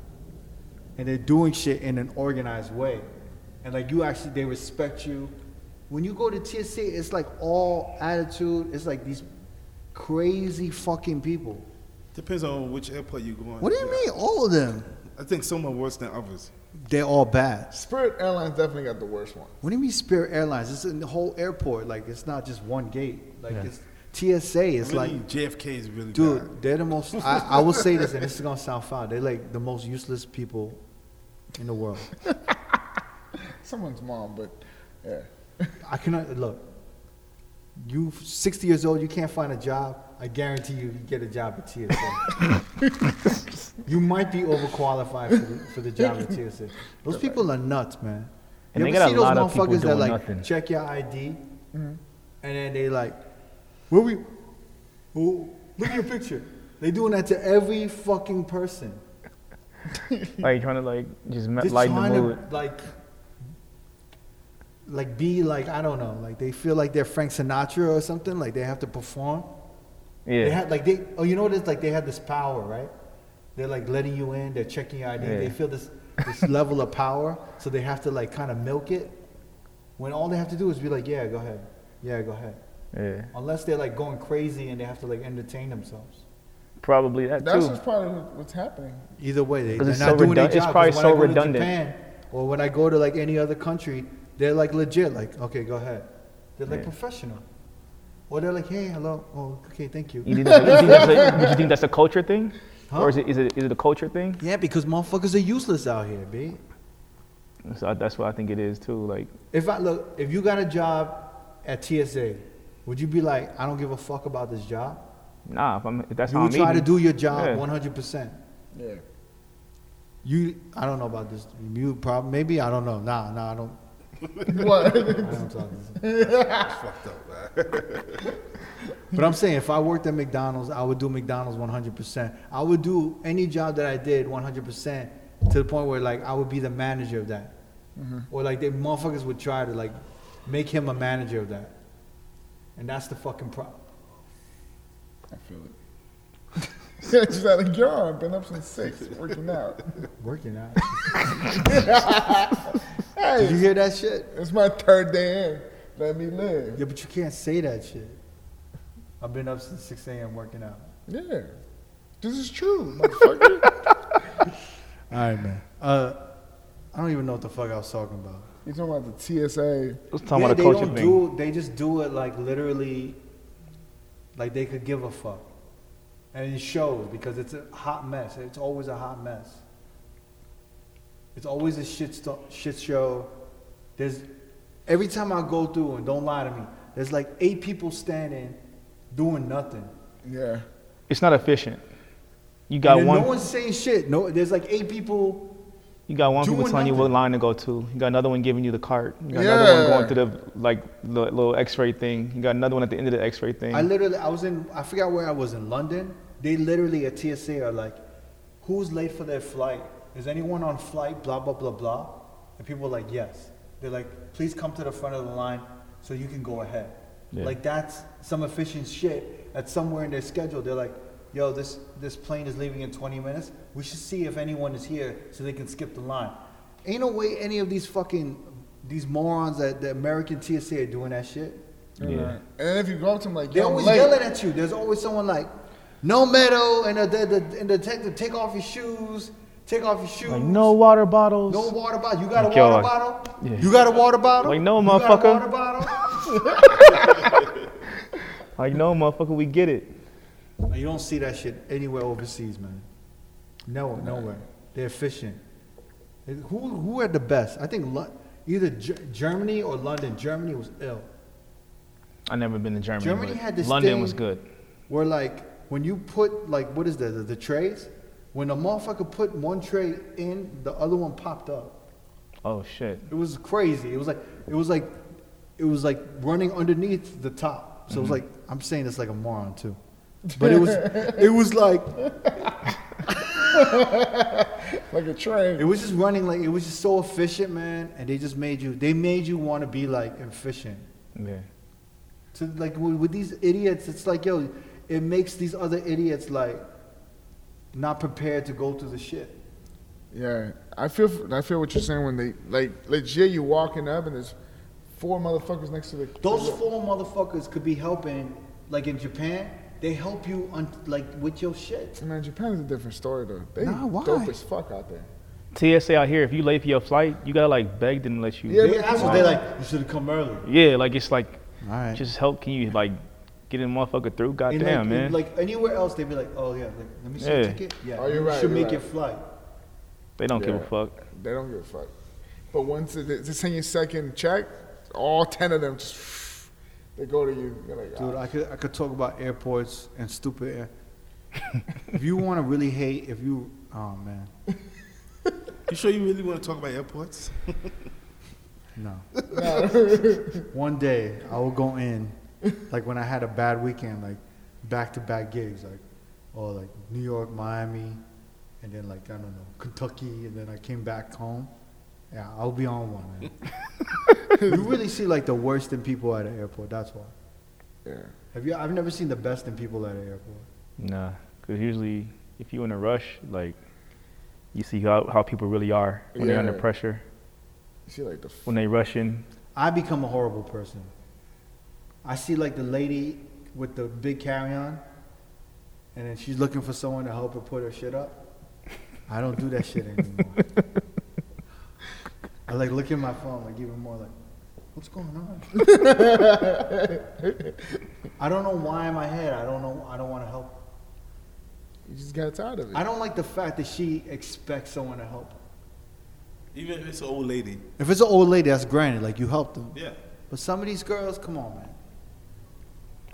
and they're doing shit in an organized way. And like you actually, they respect you. When you go to TSA, it's like all attitude. It's like these crazy fucking people. Depends on which airport you go on. What do you mean, all of them? I think some are worse than others. They're all bad. Spirit Airlines definitely got the worst one. What do you mean Spirit Airlines? It's in the whole airport. Like it's not just one gate. Like Yeah. it's TSA. It's really, like, JFK is really dude, bad. they're the most. I, I will say this, and this is gonna sound foul. They're like the most useless people in the world. Someone's mom, but yeah. I cannot look. You 60 years old, you can't find a job. I guarantee you, you get a job at TSA. you might be overqualified for the, for the job at TSA. Those people are nuts, man. And you they ever got see a those lot of people motherfuckers that doing like nothing. check your ID, and then they like, where we, oh, look at your picture. They doing that to every fucking person. Are you trying to like just me- Just lighten the trying mood? to like, like be like I don't know, like they feel like they're Frank Sinatra or something. Like they have to perform. They yeah. had like they oh you know what it's like they had this power right? They're like letting you in. They're checking your ID. They Yeah. feel this this level of power, so they have to like kind of milk it. When all they have to do is be like, yeah, go ahead, yeah, go ahead. yeah. Unless they're like going crazy and they have to like entertain themselves. Probably that That's too. just probably what- what's happening. Either way, they, 'Cause they're it's not so doing their redun- job. it's probably 'cause when so I go to redundant. Japan, or when I go to like any other country, they're like legit. Like, okay, go ahead. They're like Yeah. professional. Or they're like, hey, hello. Oh, okay, thank you. You think that's a, you think that's a, do you think that's a culture thing, Huh? or is it is it is it a culture thing? Yeah, because motherfuckers are useless out here, B. So I- that's what I think it is too. Like If I look, if you got a job at TSA, would you be like, I don't give a fuck about this job? nah, if, I'm, if that's You how would I'm try to eating- do your job Yeah. 100%. Yeah. You, I don't know about this. You probably, maybe, I don't know. Nah, nah, I don't. What? I don't talk to this. That's fucked up, man. But I'm saying if I worked at McDonald's, I would do McDonald's 100%. I would do any job that I did 100% to the point where like I would be the manager of that. Or like the motherfuckers would try to like make him a manager of that. And that's the fucking problem. I feel it. yeah, just had a yawn. Been up since six, working out. Working out. Did you Hey, hear that shit? it's my third day in. Let me live. Yeah, but you can't say that shit. I've been up since 6 a.m. working out. Yeah, this is true, motherfucker. All right, man. Uh, I don't even know what the fuck I was talking about. you talking about the TSA? Let's talk Yeah, about a they culture don't thing. do. They just do it like literally, like they could give a fuck, and it shows because it's a hot mess. It's always a hot mess. It's always a shit sto- shit show. There's every time I go through and don't lie to me. There's like eight people standing, doing nothing. Yeah. It's not efficient. You got And then one. No one's saying shit. No, there's like eight people You got one people Doing telling you what nothing. line to go to. You got another one giving you the cart. You got Yeah. another one going through the like the little X-ray thing. You got another one at the end of the X-ray thing. I literally, I was in, I forgot where I was in London. They literally at TSA are like, who's late for their flight? Is anyone on flight? Blah, blah, blah, blah. And people are like, yes. They're like, please come to the front of the line so you can go ahead. Yeah. Like that's some efficient shit at somewhere in their schedule. They're like, yo, this, this plane is leaving in 20 minutes. We should see if anyone is here so they can skip the line. Ain't no way any of these fucking, these morons at the American TSA are doing that shit. yeah. And if you go up to him like, They're yo, always late. yelling at you. There's always someone like, no metal, and the, the, the, and the detective, take off your shoes, take off your shoes. Like no water bottles. No water bottle. You got a Like, yo, water like- bottle? yeah. You got a water bottle? Like, no, You got a motherfucker. water bottle? Like no motherfucker, we get it. Like, you don't see that shit anywhere overseas, man. No, nowhere. They're efficient. And Who who had the best? I think Lo- either Ge- Germany or London. Germany was ill. I never been to Germany. Germany but had this London thing- was good. where like when you put like what is that the, the trays when a motherfucker put one tray in the other one popped up Oh shit. it was crazy it was like it was like it was like running underneath the top so Mm-hmm. it was like i'm saying this like a moron too but it was it was like like a train. it was just running like it was just so efficient man and they just made you they made you want to be like efficient Yeah. to like with, with these idiots it's like yo it makes these other idiots like not prepared to go through the shit Yeah, I feel I feel what you're saying when they like legit. You walking up and there's four motherfuckers next to the. Those the- four motherfuckers could be helping, like in Japan, they help you on like with your shit. Man, Japan is a different story though. They Nah, why? dope as fuck out there. TSA out here, if you late for your flight, you gotta like beg them to let you. Yeah, They but ask come they on. like, you should have come earlier. Yeah, like it's like, All right. just help. Can you like get a motherfucker through? In, Goddamn, like, in, man. like anywhere else, they'd be like, oh yeah, like, let me see your Yeah. ticket. Yeah, Oh, you're you right, should you're make right. your flight. they don't give Yeah. a fuck. They don't give a fuck. But once it- it's in your second check, all ten of them just they go to you. You're like, Dude, "Ah." I could I could talk about airports and stupid air. if you want to really hate, if you, oh man, You sure you really want to talk about airports? no. One day I will go in, like when I had a bad weekend, like back to back gigs, like or like New York, Miami, and then like I don't know Kentucky, and then I came back home. Yeah, I'll be on one. Man. you really see like the worst in people at an airport. That's why. yeah. Have you? I've never seen the best in people at an airport. Nah, because usually if you in a rush, like you see how, how people really are when they're under Yeah. pressure, You see like the f- when they rushing. I become a horrible person. I see like the lady with the big carry on, and then she's looking for someone to help her put her shit up. I don't do that shit anymore. I like look at my phone, like even more like, what's going on? I don't know why in my head I don't know I don't want to help. you just got tired of it. I don't like the fact that she expects someone to help. her. Even if it's an old lady. If it's an old lady, that's granted, like you helped them. Yeah. But some of these girls, come on, man,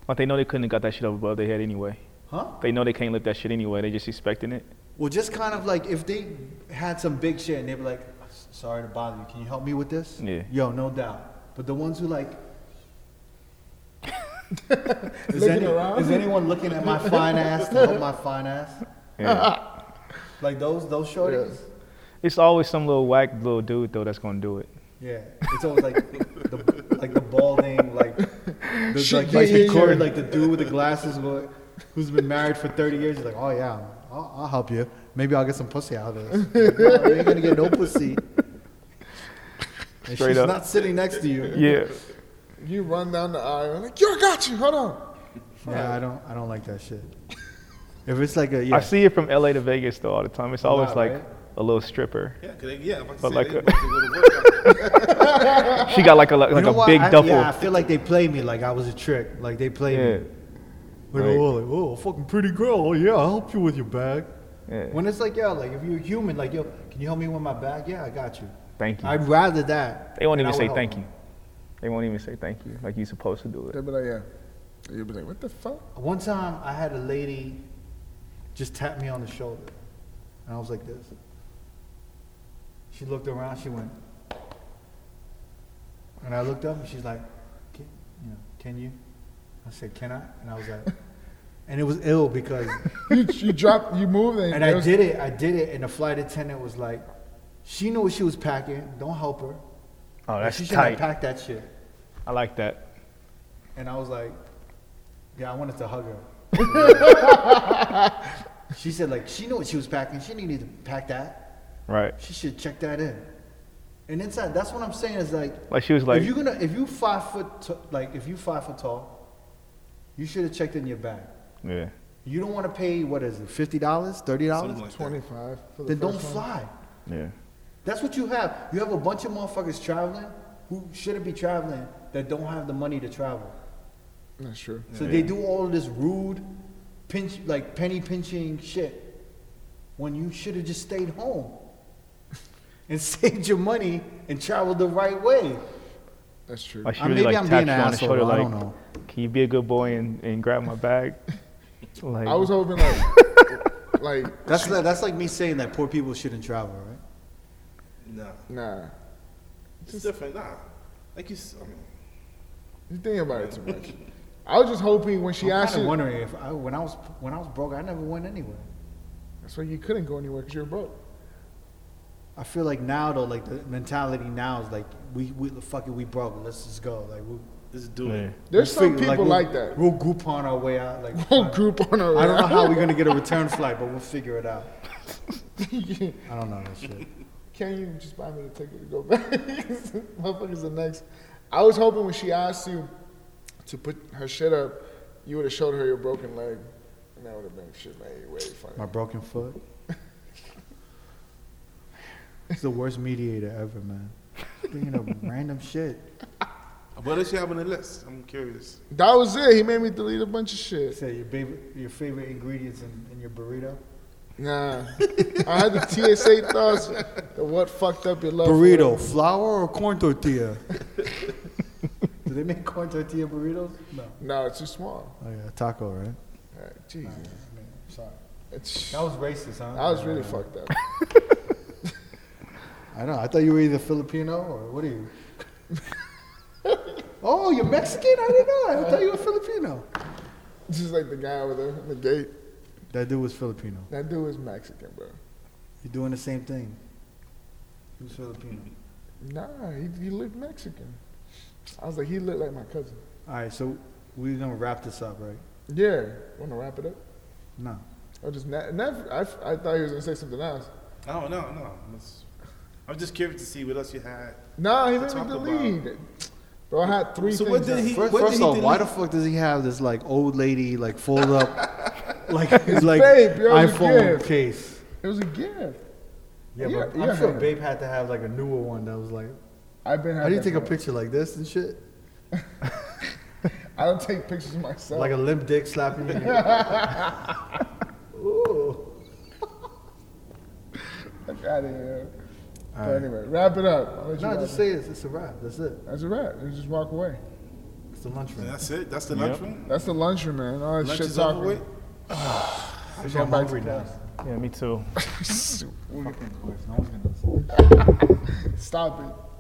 Like they know they couldn't have got that shit up above their head anyway. huh? They know they can't lift that shit anyway. They just expecting it. Well, just kind of like if they had some big shit and they were like, "Sorry to bother you, can you help me with this?" Yeah. Yo, no doubt. But the ones who like, is, Looking any- around? is anyone looking at my fine ass to help my fine ass? Yeah. Like those those shorties. it's always some little whack little dude though that's gonna do it. Yeah, it's always like the, like the balding, like the, Shit, like, yeah, like, the yeah, cord, yeah. like the dude with the glasses who- who's been married for 30 years. He's like, oh yeah, I'll, I'll help you. Maybe I'll get some pussy out of this. no, you ain't gonna get no pussy. And Straight she's up. not sitting next to you. Yeah. You run down the aisle like, yo, I got you. Hold on. Yeah, I don't, I don't like that shit. If it's like a I yeah, see it from LA to Vegas though all the time. It's always lot, like right? a little stripper. Yeah, 'cause they, yeah. I'm about to But say like uh, they a- about to go to work out there. She got like a like You know a what? big I, duffel. Yeah, I feel like they play me like I was a trick. Like they play Yeah. me. Like, Right. oh, like, oh, fucking pretty girl. Oh, yeah, I'll help you with your bag. Yeah. When it's like, yo, like if you're human, like, yo, can you help me with my bag? Yeah, I got you. Thank you. I'd rather that. They won't than even I say would thank help you. They won't even say thank you like you supposed to do it. They'll be like, yeah. You'll be like, what the fuck? them. One time I had a lady just tap me on the shoulder, and I was like this. She looked around. She went, and I looked up, and she's like, can, "You know, can you?" I said, "Can I?" And I was like, and it was ill because, you, you dropped, you moved, and, and it I was- did it. I did it, and the flight attendant was like, "She knew what she was packing. Don't help her. Oh, that's she shouldn't have tight. packed that shit." I like that. And I was like, yeah, I wanted to hug her. she said, like, she knew what she was packing. She didn't need to pack that. Right. She should check that in. And inside, that's what I'm saying is like, Like she was like, if you're gonna, if you five foot, t- like, if you five foot tall, you should have checked in your bag. yeah. You don't want to pay what is it, fifty dollars, thirty dollars? Something like that. twenty-five. For the Then don't first one. fly. Yeah. That's what you have. You have a bunch of motherfuckers traveling who shouldn't be traveling that don't have the money to travel. That's true. So they do all of this rude, pinch like penny pinching shit when you should have just stayed home and saved your money and traveled the right way. That's true. Like she Uh, really like maybe I'm tapped being you an on the asshole, shoulder, though. I like, don't know. can you be a good boy and, and grab my bag? Like, I was hoping like, like That's like, that's like me saying that poor people shouldn't travel, right? Nah, nah. it's different. Nah, like you. s- I mean, You think about it too much. I was just hoping when she I'm asked you, kind of wondering if I, when I was when I was broke, I never went anywhere. that's why you couldn't go anywhere because you were broke. I feel like now though, like the mentality now is like we we fuck it, we broke, let's just go. Like we it's yeah. doing. There's we some figure- people we'll- like, that. We'll Groupon our way out. Like Whole group on a I don't know how we're gonna get a return flight, but we'll figure it out. Yeah. I don't know that shit. Can you just buy me the ticket to go back? Motherfuckers, the next. I was hoping when she asked you to put her shit up, you would have showed her your broken leg, and that would have been shit made way funny. My broken foot. It's the worst mediator ever, man. Bringing up random shit. What does she have on the list? I'm curious. that was it. He made me delete a bunch of shit. Say your favorite, your favorite ingredients in, in your burrito. Nah, I had the TSA thoughts. The what fucked up your love? for Burrito, flour or corn tortilla? Do they make corn tortilla burritos? No. it. No, it's too small. Oh yeah, taco, right? All right, Jesus, I mean, sorry. it's, That was racist, huh? I was really fucked up. I know. I thought you were either Filipino or what are you? oh, you're Mexican? I didn't know. I thought you were Filipino. Just like the guy over there in the gate. That dude was Filipino. That dude is Mexican, bro. You're doing the same thing. Who's Filipino? Nah, he, he looked Mexican. I was like, he looked like my cousin. All right, so we're gonna wrap this up, right? Yeah, want to wrap it up? No. I just not, not, I, f- I thought he was gonna say something else. No, no, no. It's- I'm just curious to see what else you had. Nah, he Let's made me talk delete. it. Bro, I had three So things. what did up. he- First, What first did off, why the delete? fuck does he have this like old lady like fold up like like Babe, yo, it's iPhone gift. case? It was a gift. Yeah, Yeah, but yeah, I'm sure man. Babe had to have like a newer one that was like. I've been. How do you take a picture like this and shit? I don't take pictures of myself. Like a limp dick slapping your Ooh. out of here. But Alright. anyway, wrap it up. I'll let you No, wrap just it. say it's, it's a wrap. That's it. That's a wrap. You just walk away. It's the lunchroom. And that's it. That's the Yep. lunchroom. That's the lunchroom, man. All that Lunch shit is over talking. with. going back I'm to hungry now. yeah, me too. Stop it.